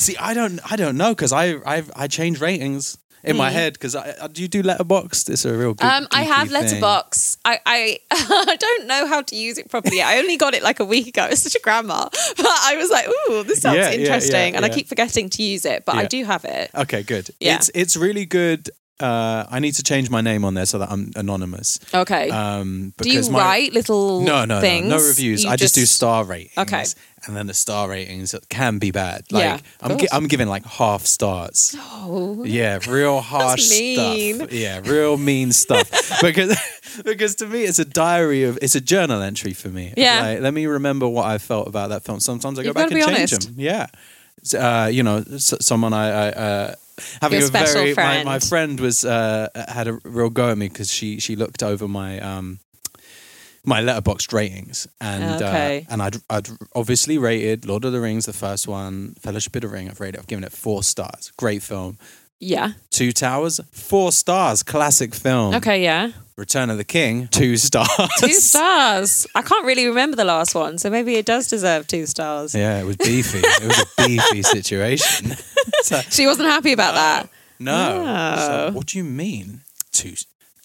[SPEAKER 1] See, I don't I don't know because I I've, I change ratings in my head because I, I- do you do letterboxed? It's a real. Good,
[SPEAKER 2] Hmm. Um, I
[SPEAKER 1] geeky
[SPEAKER 2] have
[SPEAKER 1] thing.
[SPEAKER 2] Letterbox. I, I <laughs> I don't know how to use it properly. I only got it like a week ago. It's such a grammar. <laughs> But I was like, ooh, this sounds
[SPEAKER 1] Yeah, yeah, yeah,
[SPEAKER 2] interesting. and I
[SPEAKER 1] yeah.
[SPEAKER 2] keep forgetting to use it, but I
[SPEAKER 1] Yeah.
[SPEAKER 2] do have it.
[SPEAKER 1] Okay, good.
[SPEAKER 2] Yeah.
[SPEAKER 1] It's it's really good. Uh, I need to change my name on there so that I'm anonymous.
[SPEAKER 2] Okay.
[SPEAKER 1] Um,
[SPEAKER 2] do you
[SPEAKER 1] because my,
[SPEAKER 2] write little
[SPEAKER 1] No, no,
[SPEAKER 2] things?
[SPEAKER 1] no, no reviews.
[SPEAKER 2] You
[SPEAKER 1] I just, do star ratings.
[SPEAKER 2] Okay.
[SPEAKER 1] And then the star ratings can be bad. Like
[SPEAKER 2] Yeah, of
[SPEAKER 1] I'm, gi-
[SPEAKER 2] course.
[SPEAKER 1] I'm giving like half stars.
[SPEAKER 2] Oh,
[SPEAKER 1] Yeah, real harsh
[SPEAKER 2] mean.
[SPEAKER 1] stuff. Yeah, real mean
[SPEAKER 2] <laughs>
[SPEAKER 1] stuff. because because to me it's a diary of it's a journal entry for me. Of,
[SPEAKER 2] Yeah.
[SPEAKER 1] like, let me remember what I felt about that film. Sometimes I go
[SPEAKER 2] You've
[SPEAKER 1] back
[SPEAKER 2] gotta
[SPEAKER 1] and
[SPEAKER 2] be
[SPEAKER 1] change
[SPEAKER 2] honest.
[SPEAKER 1] them. Yeah. It's, Uh, you know, s- someone I, I uh, having
[SPEAKER 2] Your
[SPEAKER 1] a
[SPEAKER 2] special
[SPEAKER 1] very
[SPEAKER 2] friend.
[SPEAKER 1] My, my friend was uh, had a real go at me because she she looked over my um my letterboxed ratings and
[SPEAKER 2] Okay.
[SPEAKER 1] uh, and I'd, I'd obviously rated Lord of the Rings the first one Fellowship of the Ring I've rated I've given it four stars great film
[SPEAKER 2] yeah.
[SPEAKER 1] Two Towers, four stars, classic film.
[SPEAKER 2] Okay,
[SPEAKER 1] <laughs>
[SPEAKER 2] yeah.
[SPEAKER 1] Return of the King, two stars.
[SPEAKER 2] Two stars. I can't really remember the last one, so maybe it does deserve two stars.
[SPEAKER 1] Yeah, it was beefy. it was a
[SPEAKER 2] <laughs>
[SPEAKER 1] beefy situation. So,
[SPEAKER 2] She wasn't happy
[SPEAKER 1] Ah,
[SPEAKER 2] about that.
[SPEAKER 1] no.
[SPEAKER 2] No.
[SPEAKER 1] So, what do you mean? Two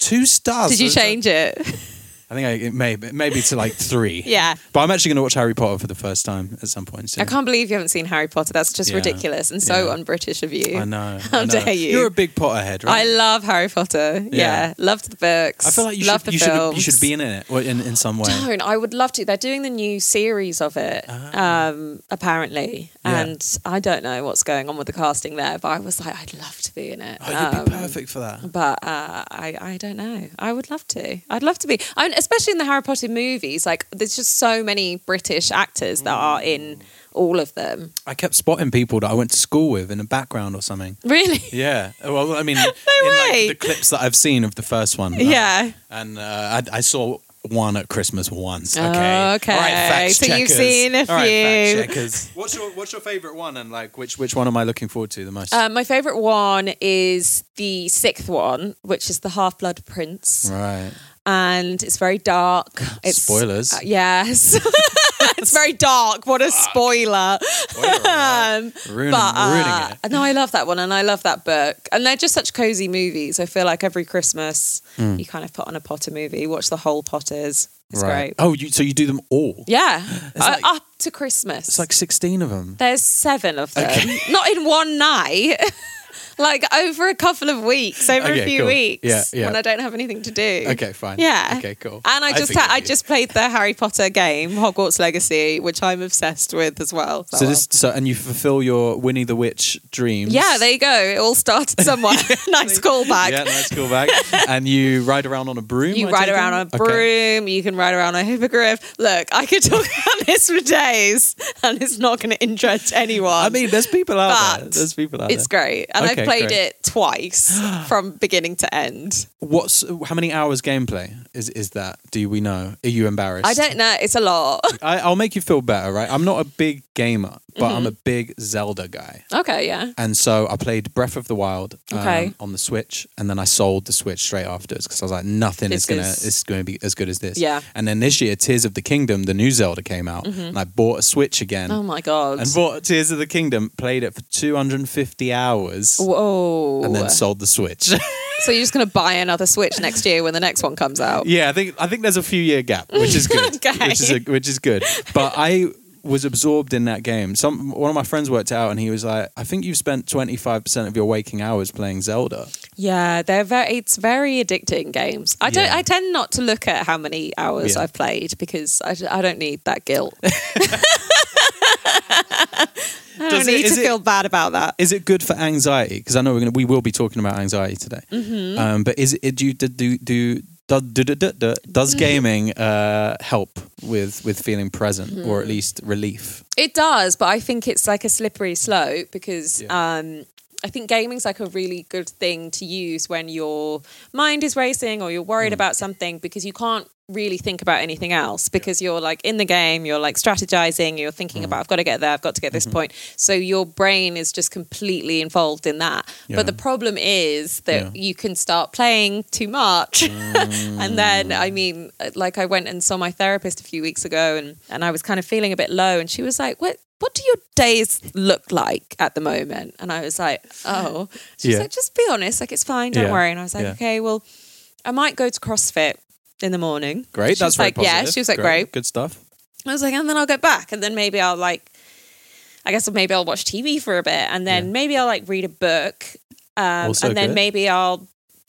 [SPEAKER 1] two stars.
[SPEAKER 2] Oh. Did you
[SPEAKER 1] So-
[SPEAKER 2] change it? <laughs>
[SPEAKER 1] I think I, it may maybe to like three.
[SPEAKER 2] Yeah.
[SPEAKER 1] But I'm actually going to watch Harry Potter for the first time at some point soon.
[SPEAKER 2] I can't believe you haven't seen Harry Potter. That's just
[SPEAKER 1] Yeah.
[SPEAKER 2] ridiculous and so
[SPEAKER 1] Yeah.
[SPEAKER 2] un-British of you.
[SPEAKER 1] I know.
[SPEAKER 2] How
[SPEAKER 1] I know.
[SPEAKER 2] dare you?
[SPEAKER 1] You're a big Potterhead, right?
[SPEAKER 2] I love Harry Potter. Yeah,
[SPEAKER 1] Yeah.
[SPEAKER 2] loved the books.
[SPEAKER 1] I feel like you should
[SPEAKER 2] loved the
[SPEAKER 1] you should
[SPEAKER 2] films.
[SPEAKER 1] you should be in it or in in some way.
[SPEAKER 2] Don't. I would love to. They're doing the new series of it, um, apparently,
[SPEAKER 1] Ah. Yeah.
[SPEAKER 2] and I don't know what's going on with the casting there. But I was like, I'd love to be in it.
[SPEAKER 1] Oh, you'd be
[SPEAKER 2] Um,
[SPEAKER 1] perfect for that.
[SPEAKER 2] but uh, I, I don't know. I would love to. I'd love to be, I mean, especially in the Harry Potter movies. Like, there's just so many British actors that are
[SPEAKER 1] Mm.
[SPEAKER 2] in all of them.
[SPEAKER 1] I kept spotting people that I went to school with in the background or something.
[SPEAKER 2] Really?
[SPEAKER 1] Yeah. Well,
[SPEAKER 2] <laughs>
[SPEAKER 1] I mean, in
[SPEAKER 2] way.
[SPEAKER 1] like the clips that I've seen of the first one.
[SPEAKER 2] <laughs> Yeah.
[SPEAKER 1] And uh, I, I saw one at Christmas once. Okay.
[SPEAKER 2] Oh, okay.
[SPEAKER 1] All right, fact
[SPEAKER 2] So you've
[SPEAKER 1] checkers.
[SPEAKER 2] seen a
[SPEAKER 1] All right,
[SPEAKER 2] few.
[SPEAKER 1] fact checkers. What's your What's your favorite one? And like, which which one am I looking forward to the most?
[SPEAKER 2] Uh, my favorite one is the sixth one, which is the Half Blood Prince,
[SPEAKER 1] right.
[SPEAKER 2] and it's very dark. It's,
[SPEAKER 1] Spoilers.
[SPEAKER 2] uh, yes, <laughs> it's very dark. What a spoiler!
[SPEAKER 1] Spoiler alert.
[SPEAKER 2] Um,
[SPEAKER 1] Ruining,
[SPEAKER 2] but uh,
[SPEAKER 1] ruining it.
[SPEAKER 2] no, I love that one, and I love that book, and they're just such cozy movies. I feel like every Christmas
[SPEAKER 1] Mm.
[SPEAKER 2] you kind of put on a Potter movie, watch the whole Potters. It's
[SPEAKER 1] right.
[SPEAKER 2] great.
[SPEAKER 1] Oh, you, so you do them all?
[SPEAKER 2] Yeah, Uh,
[SPEAKER 1] like-
[SPEAKER 2] up to Christmas.
[SPEAKER 1] It's like sixteen of them.
[SPEAKER 2] There's seven of them,
[SPEAKER 1] <laughs>
[SPEAKER 2] not in one night. <laughs> like over a couple of weeks, over a
[SPEAKER 1] Okay,
[SPEAKER 2] few
[SPEAKER 1] cool.
[SPEAKER 2] weeks,
[SPEAKER 1] Yeah, yeah.
[SPEAKER 2] when I don't have anything to do.
[SPEAKER 1] Okay, fine.
[SPEAKER 2] Yeah.
[SPEAKER 1] Okay, cool.
[SPEAKER 2] And I
[SPEAKER 1] I
[SPEAKER 2] just I,
[SPEAKER 1] forgive you.
[SPEAKER 2] just played the Harry Potter game, Hogwarts Legacy, which I'm obsessed with as well.
[SPEAKER 1] So this, so and you fulfill your Winnie the Witch dreams.
[SPEAKER 2] yeah, there you go. It
[SPEAKER 1] <laughs>
[SPEAKER 2] all started somewhere. <laughs> nice callback.
[SPEAKER 1] Yeah, nice
[SPEAKER 2] <laughs>
[SPEAKER 1] cool bag. and you ride around on a broom.
[SPEAKER 2] You
[SPEAKER 1] I
[SPEAKER 2] ride
[SPEAKER 1] take
[SPEAKER 2] around on
[SPEAKER 1] it?
[SPEAKER 2] a
[SPEAKER 1] Okay.
[SPEAKER 2] broom. You can ride around on a hippogriff. Look, I could talk <laughs> about this for days, and it's not going to interest anyone.
[SPEAKER 1] I mean, there's people out there.
[SPEAKER 2] But
[SPEAKER 1] There's people out
[SPEAKER 2] It's
[SPEAKER 1] there.
[SPEAKER 2] great. And
[SPEAKER 1] Okay,
[SPEAKER 2] I've played
[SPEAKER 1] great.
[SPEAKER 2] it twice
[SPEAKER 1] <gasps>
[SPEAKER 2] from beginning to end.
[SPEAKER 1] What's how many hours gameplay is is that? Do we know? Are you embarrassed?
[SPEAKER 2] I don't know. It's
[SPEAKER 1] <laughs>
[SPEAKER 2] a lot.
[SPEAKER 1] I, I'll make you feel better, right? I'm not a big gamer, but
[SPEAKER 2] Mm-hmm.
[SPEAKER 1] I'm a big Zelda guy,
[SPEAKER 2] okay, yeah.
[SPEAKER 1] and so I played Breath of the Wild um,
[SPEAKER 2] Okay.
[SPEAKER 1] on the Switch, and then I sold the Switch straight afterwards because I was like, nothing
[SPEAKER 2] This
[SPEAKER 1] is gonna
[SPEAKER 2] is-
[SPEAKER 1] is... gonna be as good as this.
[SPEAKER 2] Yeah. Mm-hmm.
[SPEAKER 1] And then this year, Tears of the Kingdom, the new Zelda came out, and I bought a Switch again.
[SPEAKER 2] Oh my God.
[SPEAKER 1] and bought Tears of the Kingdom, played it for 250 hours,
[SPEAKER 2] Whoa.
[SPEAKER 1] and then sold the Switch.
[SPEAKER 2] <laughs> so you're just going to buy another Switch next year when the next one comes out?
[SPEAKER 1] Yeah, I think I think there's a few year gap, which is good.
[SPEAKER 2] <laughs> Okay.
[SPEAKER 1] Which is a, which is good. But I was absorbed in that game. Some one of my friends worked it out, and he was like, "I think you've spent 25 percent of your waking hours playing Zelda."
[SPEAKER 2] Yeah, they're very. It's very addicting games. I don't.
[SPEAKER 1] Yeah.
[SPEAKER 2] I tend not to look at how many hours
[SPEAKER 1] Yeah.
[SPEAKER 2] I've played because I, d- I don't need that
[SPEAKER 1] <laughs>
[SPEAKER 2] guilt. <laughs> I don't
[SPEAKER 1] Does it-
[SPEAKER 2] need
[SPEAKER 1] is
[SPEAKER 2] to
[SPEAKER 1] it-
[SPEAKER 2] feel bad about that.
[SPEAKER 1] Is it good for anxiety? Because I know we're gonna we will be talking about anxiety today.
[SPEAKER 2] Mm-hmm.
[SPEAKER 1] Um, but is it do you, do do do. do- do- do- do- do- Does
[SPEAKER 2] Mm-hmm.
[SPEAKER 1] gaming uh, help with, with feeling present or at
[SPEAKER 2] Mm-hmm.
[SPEAKER 1] least relief?
[SPEAKER 2] It does, but I think it's like a slippery slope because um, I think gaming's like a really good thing to use when your mind is racing or you're worried about something because you can't really think about anything else because you're like in the game, you're like strategizing, you're thinking about, I've got to get there, I've got to get this point. So your brain is just completely involved in that.
[SPEAKER 1] Yeah.
[SPEAKER 2] But the problem is that
[SPEAKER 1] Yeah.
[SPEAKER 2] you can start playing too much. <laughs> and then,
[SPEAKER 1] Mm.
[SPEAKER 2] I mean, like I went and saw my therapist a few weeks ago and, and I was kind of feeling a bit low and she was like, what? What do your days look like at the moment? And I was like, oh. She's
[SPEAKER 1] Yeah.
[SPEAKER 2] like, just be honest. Like, it's fine. Don't
[SPEAKER 1] Yeah.
[SPEAKER 2] worry. And I was like,
[SPEAKER 1] Yeah.
[SPEAKER 2] okay, well, I might go to CrossFit in the morning.
[SPEAKER 1] Great.
[SPEAKER 2] She
[SPEAKER 1] that's
[SPEAKER 2] was
[SPEAKER 1] very
[SPEAKER 2] like, yeah.
[SPEAKER 1] positive.
[SPEAKER 2] She was like, great.
[SPEAKER 1] Good
[SPEAKER 2] <laughs>
[SPEAKER 1] stuff.
[SPEAKER 2] I was like, and then I'll get back, and then maybe I'll like, I guess maybe I'll watch TV for a bit, and then maybe I'll like read a book, um,
[SPEAKER 1] Also
[SPEAKER 2] and then
[SPEAKER 1] good.
[SPEAKER 2] maybe I'll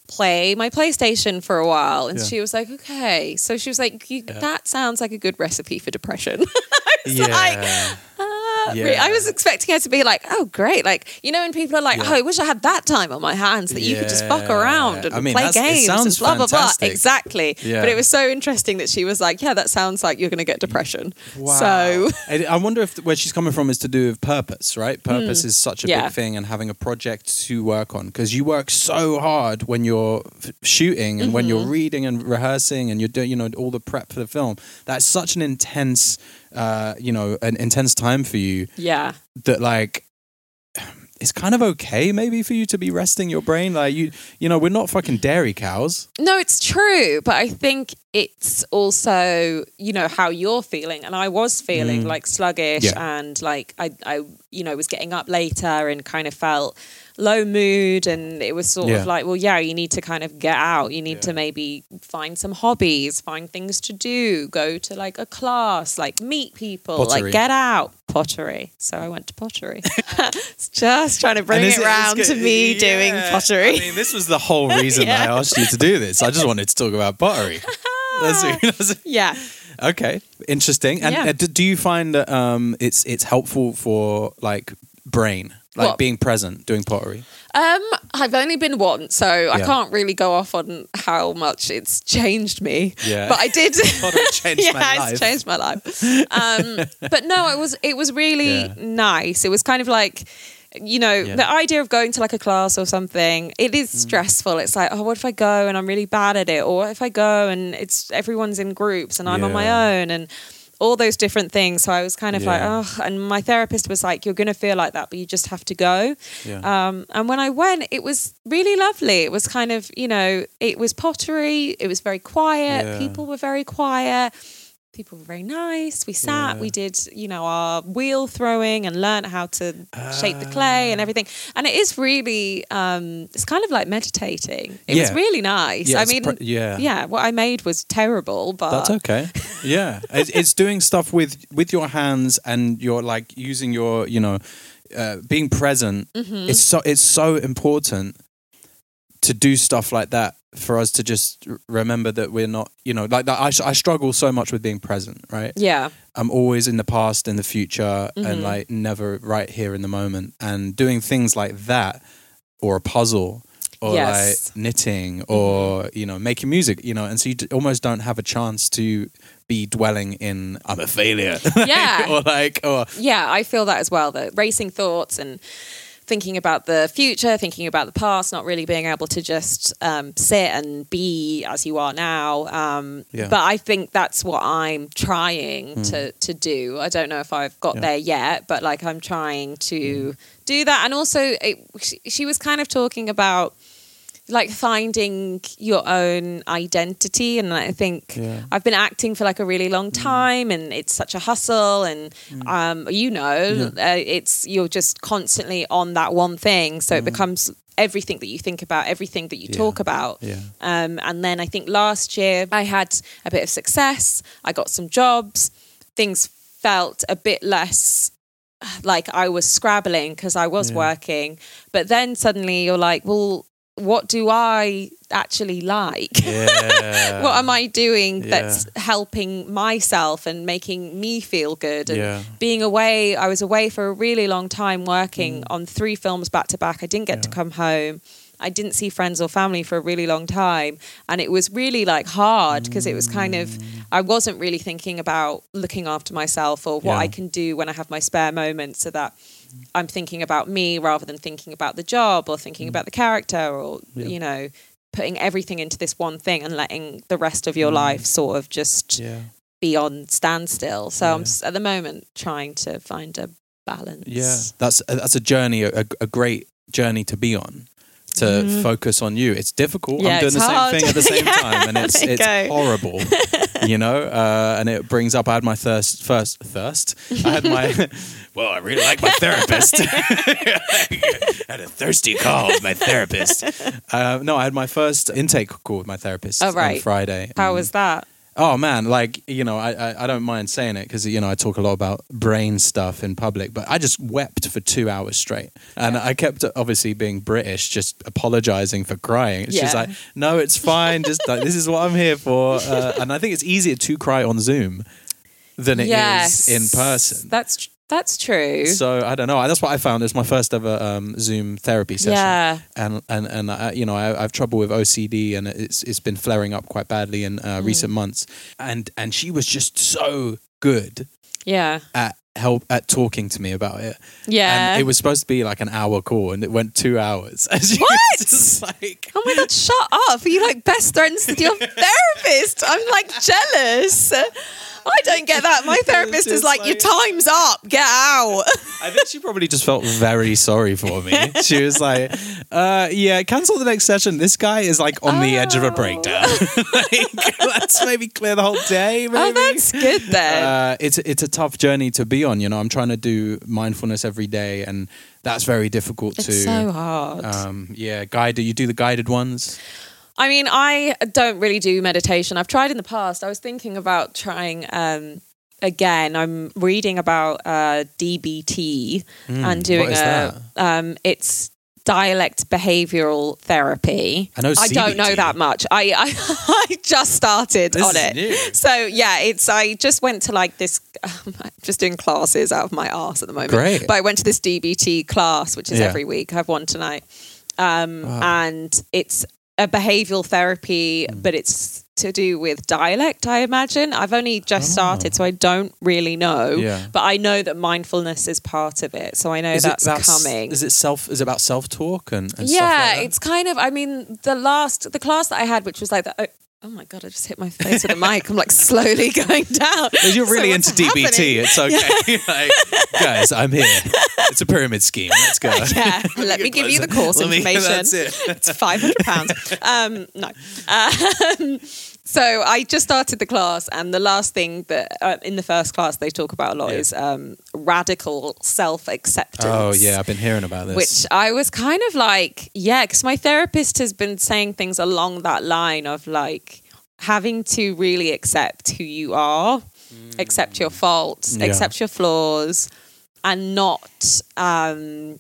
[SPEAKER 2] play my PlayStation for a while. And
[SPEAKER 1] Yeah.
[SPEAKER 2] she was like, okay. So she was like, you, that sounds like a good recipe for depression. <laughs> I was like, uh, re-
[SPEAKER 1] Yeah.
[SPEAKER 2] I was expecting her to be like, oh, great. Like, you know, when people are like,
[SPEAKER 1] Yeah.
[SPEAKER 2] oh, I wish I had that time on my hands that you could just fuck around
[SPEAKER 1] Yeah.
[SPEAKER 2] and
[SPEAKER 1] I mean,
[SPEAKER 2] play
[SPEAKER 1] that's- it
[SPEAKER 2] games and
[SPEAKER 1] sounds
[SPEAKER 2] blah, blah, blah.
[SPEAKER 1] fantastic.
[SPEAKER 2] Exactly.
[SPEAKER 1] Yeah.
[SPEAKER 2] But it was so interesting that she was like, yeah, that sounds like you're going to get depression. So, <laughs>
[SPEAKER 1] I, I wonder if where she's coming from is to do with purpose, right? Purpose is such a
[SPEAKER 2] Hmm. Yeah.
[SPEAKER 1] big thing, and having a project to work on because you work so hard when you're f- shooting and when you're
[SPEAKER 2] Mm-hmm.
[SPEAKER 1] reading and rehearsing and you're doing, you know, all the prep for the film. That's such an intense, uh, you know, an intense time for you
[SPEAKER 2] yeah.
[SPEAKER 1] that like. It's kind of okay, maybe, for you to be resting your brain. Like you, you know, we're not fucking dairy cows.
[SPEAKER 2] No, it's true, but I think it's also you know how you're feeling, and I was feeling like sluggish
[SPEAKER 1] Mm. Yeah.
[SPEAKER 2] and like I, I you know was getting up later and kind of felt low mood, and it was sort
[SPEAKER 1] Yeah.
[SPEAKER 2] of like, well, yeah, you need to kind of get out, you need to maybe find some hobbies, find things to do, go to like a class, like meet people,
[SPEAKER 1] Pottery.
[SPEAKER 2] like get out pottery. So I went to pottery. <laughs> It's just trying to bring
[SPEAKER 1] And
[SPEAKER 2] it
[SPEAKER 1] is it's
[SPEAKER 2] round
[SPEAKER 1] good-
[SPEAKER 2] to me doing
[SPEAKER 1] Yeah.
[SPEAKER 2] pottery.
[SPEAKER 1] I mean, this was the whole reason
[SPEAKER 2] Yeah.
[SPEAKER 1] I asked you to do this. I just wanted to talk about pottery.
[SPEAKER 2] <laughs>
[SPEAKER 1] That's- <laughs> that's-
[SPEAKER 2] <laughs> yeah.
[SPEAKER 1] okay, interesting. And
[SPEAKER 2] Yeah.
[SPEAKER 1] uh, do, do you find that um, it's it's helpful for like brain, like
[SPEAKER 2] What?
[SPEAKER 1] being present, doing pottery?
[SPEAKER 2] Um, I've only been once, so I
[SPEAKER 1] Yeah.
[SPEAKER 2] can't really go off on how much it's changed me.
[SPEAKER 1] Yeah.
[SPEAKER 2] But I
[SPEAKER 1] <laughs>
[SPEAKER 2] did
[SPEAKER 1] Pottery changed
[SPEAKER 2] <laughs> yeah,
[SPEAKER 1] my life.
[SPEAKER 2] it's changed my life.
[SPEAKER 1] <laughs>
[SPEAKER 2] Um, but no, it was it was really
[SPEAKER 1] Yeah.
[SPEAKER 2] nice. It was kind of like you know the idea of going to like a class or something it
[SPEAKER 1] Mm.
[SPEAKER 2] is stressful it's like oh what if i go and i'm really bad at it or if i go and it's everyone's in groups and i'm on my
[SPEAKER 1] Yeah.
[SPEAKER 2] own and all those different things so i was kind of like
[SPEAKER 1] Yeah.
[SPEAKER 2] oh and my therapist was like you're going to feel like that but you just have to go
[SPEAKER 1] Yeah.
[SPEAKER 2] um, and when I went, it was really lovely. It was kind of, you know, it was pottery. It was very quiet.
[SPEAKER 1] Yeah.
[SPEAKER 2] People were very quiet. People were very nice. We sat,
[SPEAKER 1] Yeah.
[SPEAKER 2] we did, you know, our wheel throwing and learned how to shape the clay and
[SPEAKER 1] Ah.
[SPEAKER 2] everything. And it is really, um, it's kind of like meditating. It was
[SPEAKER 1] Yeah.
[SPEAKER 2] really nice.
[SPEAKER 1] Yeah,
[SPEAKER 2] I
[SPEAKER 1] it's
[SPEAKER 2] mean,
[SPEAKER 1] pr- yeah.
[SPEAKER 2] yeah, what I made was terrible, but
[SPEAKER 1] That's okay. Yeah, it's, it's doing stuff with with your hands and you're like using your you know uh, being present. It's so it's so important to do stuff like that for us to just r- remember that we're not you know like that. I, I struggle so much with being present. Right,
[SPEAKER 2] yeah,
[SPEAKER 1] I'm always in the past and the future
[SPEAKER 2] Mm-hmm.
[SPEAKER 1] and like never right here in the moment. And doing things like that or a puzzle or
[SPEAKER 2] Yes. Mm-hmm.
[SPEAKER 1] like knitting or you know making music you know and so you d- almost don't have a chance to be dwelling in i'm a failure <laughs>
[SPEAKER 2] Yeah.
[SPEAKER 1] or like or
[SPEAKER 2] yeah, I feel that as well. The racing thoughts and thinking about the future, thinking about the past, not really being able to just um, sit and be as you are now. Um,
[SPEAKER 1] Yeah.
[SPEAKER 2] But I think that's what I'm trying to to do. I don't know if I've got there yet, but like I'm trying to do that. And also, it, she, she was kind of talking about like finding your own identity and i think i've been acting for like a really long
[SPEAKER 1] Mm.
[SPEAKER 2] time and it's such a hustle and um, you know uh, it's you're just constantly on that one thing so it becomes everything that you think about everything that you talk about
[SPEAKER 1] Mm. Yeah.
[SPEAKER 2] um, and then i think last year i had a bit of success i got some jobs things felt a bit less like I was scrabbling because I was working, but then suddenly you're like, well, what do I actually like? <laughs>
[SPEAKER 1] yeah
[SPEAKER 2] what am I doing
[SPEAKER 1] Yeah.
[SPEAKER 2] that's helping myself and making me feel good? And
[SPEAKER 1] Yeah.
[SPEAKER 2] being away, I was away for a really long time working on three films back to back. I didn't get to come home. I didn't see friends or family for a really long time. And it was really like hard because it was kind of, I wasn't really thinking about looking after myself or what
[SPEAKER 1] Yeah.
[SPEAKER 2] I can do when I have my spare moments so that I'm thinking about me rather than thinking about the job or thinking about the character or, you know, putting everything into this one thing and letting the rest of your life sort of just
[SPEAKER 1] Yeah.
[SPEAKER 2] be on standstill. So I'm
[SPEAKER 1] Yeah.
[SPEAKER 2] s- at the moment trying to find a balance.
[SPEAKER 1] Yeah, that's uh, that's a journey, a, a great journey to be on. To focus on you, it's difficult.
[SPEAKER 2] Mm-hmm. Yeah,
[SPEAKER 1] I'm doing
[SPEAKER 2] it's
[SPEAKER 1] the same
[SPEAKER 2] hard.
[SPEAKER 1] thing
[SPEAKER 2] <laughs>
[SPEAKER 1] at the same
[SPEAKER 2] Yeah,
[SPEAKER 1] time, and it's
[SPEAKER 2] there you
[SPEAKER 1] it's
[SPEAKER 2] go.
[SPEAKER 1] horrible. You know, uh, and it brings up. I had my thirst first thirst. I had my <laughs> well. I really like my therapist. <laughs> I had a thirsty call with my therapist. Uh, no, I had my first intake call with my therapist
[SPEAKER 2] Oh,
[SPEAKER 1] on
[SPEAKER 2] right.
[SPEAKER 1] Friday.
[SPEAKER 2] How
[SPEAKER 1] and-
[SPEAKER 2] was that?
[SPEAKER 1] Oh man, like you know, I I, I don't mind saying it because you know I talk a lot about brain stuff in public, but I just wept for two hours straight, and I kept obviously being British, just apologizing for crying. It's just
[SPEAKER 2] Yeah.
[SPEAKER 1] like, no, it's fine. just like this is what I'm here for, uh, and I think it's easier to cry on Zoom than it is in person.
[SPEAKER 2] That's tr- that's true.
[SPEAKER 1] So I don't know. That's what I found. It's my first ever um, Zoom therapy session.
[SPEAKER 2] Yeah.
[SPEAKER 1] And and and I, you know I, I've trouble with OCD and it's it's been flaring up quite badly in
[SPEAKER 2] Hmm.
[SPEAKER 1] uh, recent months. And and she was just so good
[SPEAKER 2] yeah.
[SPEAKER 1] at help at talking to me about it.
[SPEAKER 2] Yeah.
[SPEAKER 1] And it was supposed to be like an hour call and it went two hours. <laughs> And she was
[SPEAKER 2] What?
[SPEAKER 1] just like.
[SPEAKER 2] Oh my god, shut up. Are you like best friends with
[SPEAKER 1] <laughs>
[SPEAKER 2] your therapist? I'm like jealous. I don't get that.
[SPEAKER 1] <laughs>
[SPEAKER 2] My therapist is
[SPEAKER 1] just
[SPEAKER 2] like, your
[SPEAKER 1] like-
[SPEAKER 2] time's up, get out.
[SPEAKER 1] I think she probably just felt very sorry for me. She was like, uh, "Yeah, cancel the next session. This guy is like on the edge of a
[SPEAKER 2] Oh.
[SPEAKER 1] breakdown. <laughs> like, let's maybe clear the whole day. Maybe.
[SPEAKER 2] Oh, that's good then.
[SPEAKER 1] Uh, it's it's a tough journey to be on. You know, I'm trying to do mindfulness every day, and that's very difficult to.
[SPEAKER 2] it's so hard.
[SPEAKER 1] um, yeah, guided. You do the guided ones.
[SPEAKER 2] I mean, I don't really do meditation. I've tried in the past. I was thinking about trying um, again. I'm reading about uh, DBT and doing
[SPEAKER 1] Hmm, what is
[SPEAKER 2] a. Um, it's dialect behavioral therapy.
[SPEAKER 1] I know
[SPEAKER 2] I don't know
[SPEAKER 1] CBT.
[SPEAKER 2] that much. I I, <laughs> I just started
[SPEAKER 1] This
[SPEAKER 2] on
[SPEAKER 1] is
[SPEAKER 2] it.
[SPEAKER 1] new.
[SPEAKER 2] So yeah, it's. I just went to like this. <laughs> I'm just doing classes out of my ass at the moment.
[SPEAKER 1] Great.
[SPEAKER 2] But I went to this DBT class, which is
[SPEAKER 1] Yeah.
[SPEAKER 2] every week. I have one tonight Um, and it's a behavioral therapy,
[SPEAKER 1] Hmm.
[SPEAKER 2] but it's to do with dialect, I imagine. I've only just started, so I don't really know.
[SPEAKER 1] Ah. Yeah.
[SPEAKER 2] But I know that mindfulness is part of it. So I know
[SPEAKER 1] Is it-
[SPEAKER 2] that's, coming.
[SPEAKER 1] Is it self? Is it about self talk and, and stuff
[SPEAKER 2] yeah,
[SPEAKER 1] like that?
[SPEAKER 2] it's kind of, I mean, the last, the class that I had, which was like, the, oh, oh my God, I just hit my face with a mic. I'm like slowly <laughs> going down.
[SPEAKER 1] You're
[SPEAKER 2] <laughs> So
[SPEAKER 1] really
[SPEAKER 2] what's
[SPEAKER 1] into DBT.
[SPEAKER 2] happening?
[SPEAKER 1] It's okay. <laughs> like, guys, I'm here. It's a pyramid scheme. Let's
[SPEAKER 2] <laughs>
[SPEAKER 1] go. <laughs>
[SPEAKER 2] Yeah, let me give you the course
[SPEAKER 1] Let me- <laughs>
[SPEAKER 2] information.
[SPEAKER 1] that's it.
[SPEAKER 2] it's five hundred
[SPEAKER 1] <laughs>
[SPEAKER 2] pounds. Um, no. Um, so I just started the class, and the last thing that uh, in the first class they talk about a lot
[SPEAKER 1] Yeah.
[SPEAKER 2] is um, radical self acceptance.
[SPEAKER 1] Oh yeah, I've been hearing about this.
[SPEAKER 2] Which I was kind of like, yeah, because my therapist has been saying things along that line of like having to really accept who you are, accept your faults,
[SPEAKER 1] Mm. Yeah.
[SPEAKER 2] accept your flaws, and not um,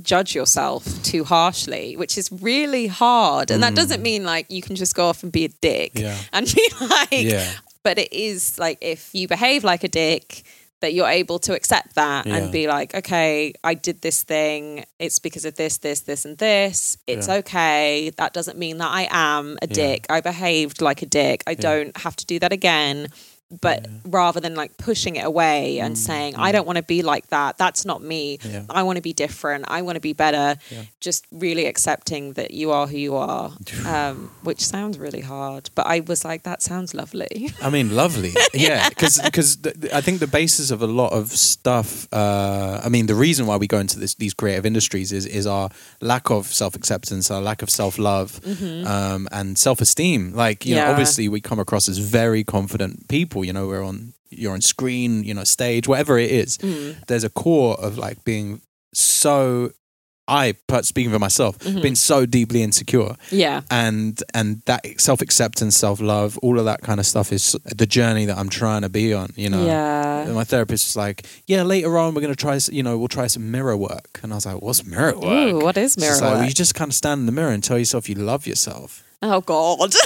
[SPEAKER 2] judge yourself too harshly, which is really hard. And that doesn't mean like you can just go off and be a dick
[SPEAKER 1] Mm. Yeah.
[SPEAKER 2] <laughs> and be like,
[SPEAKER 1] Yeah.
[SPEAKER 2] but it is like if you behave like a dick, that you're able to accept that
[SPEAKER 1] Yeah.
[SPEAKER 2] and be like, okay, I did this thing. It's because of this, this, this, and this. It's
[SPEAKER 1] Yeah.
[SPEAKER 2] okay. That doesn't mean that I am a dick. I behaved like a dick. I don't have to do that again. But rather than like pushing it away and saying, I don't want to be like that. That's not me.
[SPEAKER 1] Mm, Yeah.
[SPEAKER 2] I want to be different. I want to be better. Just really accepting that you are who you
[SPEAKER 1] <laughs>
[SPEAKER 2] are, um, which sounds really hard. But I was like, that sounds lovely.
[SPEAKER 1] I mean,
[SPEAKER 2] <laughs>
[SPEAKER 1] lovely. Yeah, because th- th- I think the basis of a lot of stuff. Uh, I mean, the reason why we go into this, these creative industries is is our lack of self acceptance, our lack of self love, um, and self esteem. Like you know,
[SPEAKER 2] Mm-hmm. Yeah.
[SPEAKER 1] obviously we come across as very confident people. You know, we're on you're on screen, you know, stage, whatever it is.
[SPEAKER 2] Mm.
[SPEAKER 1] There's a core of like being so. I, per- speaking for myself,
[SPEAKER 2] Mm-hmm.
[SPEAKER 1] been so deeply insecure
[SPEAKER 2] Yeah.
[SPEAKER 1] and and that self acceptance, self love, all of that kind of stuff is the journey that I'm trying to be on. You know.
[SPEAKER 2] Yeah.
[SPEAKER 1] And my therapist was like, "Yeah, later on we're gonna try, s- you know, we'll try some mirror work." And I was like, "What's mirror work?"
[SPEAKER 2] Ooh, what is
[SPEAKER 1] She's
[SPEAKER 2] mirror
[SPEAKER 1] like, well,
[SPEAKER 2] work?
[SPEAKER 1] you just kind of stand in the mirror and tell yourself you love yourself.
[SPEAKER 2] Oh God. <laughs>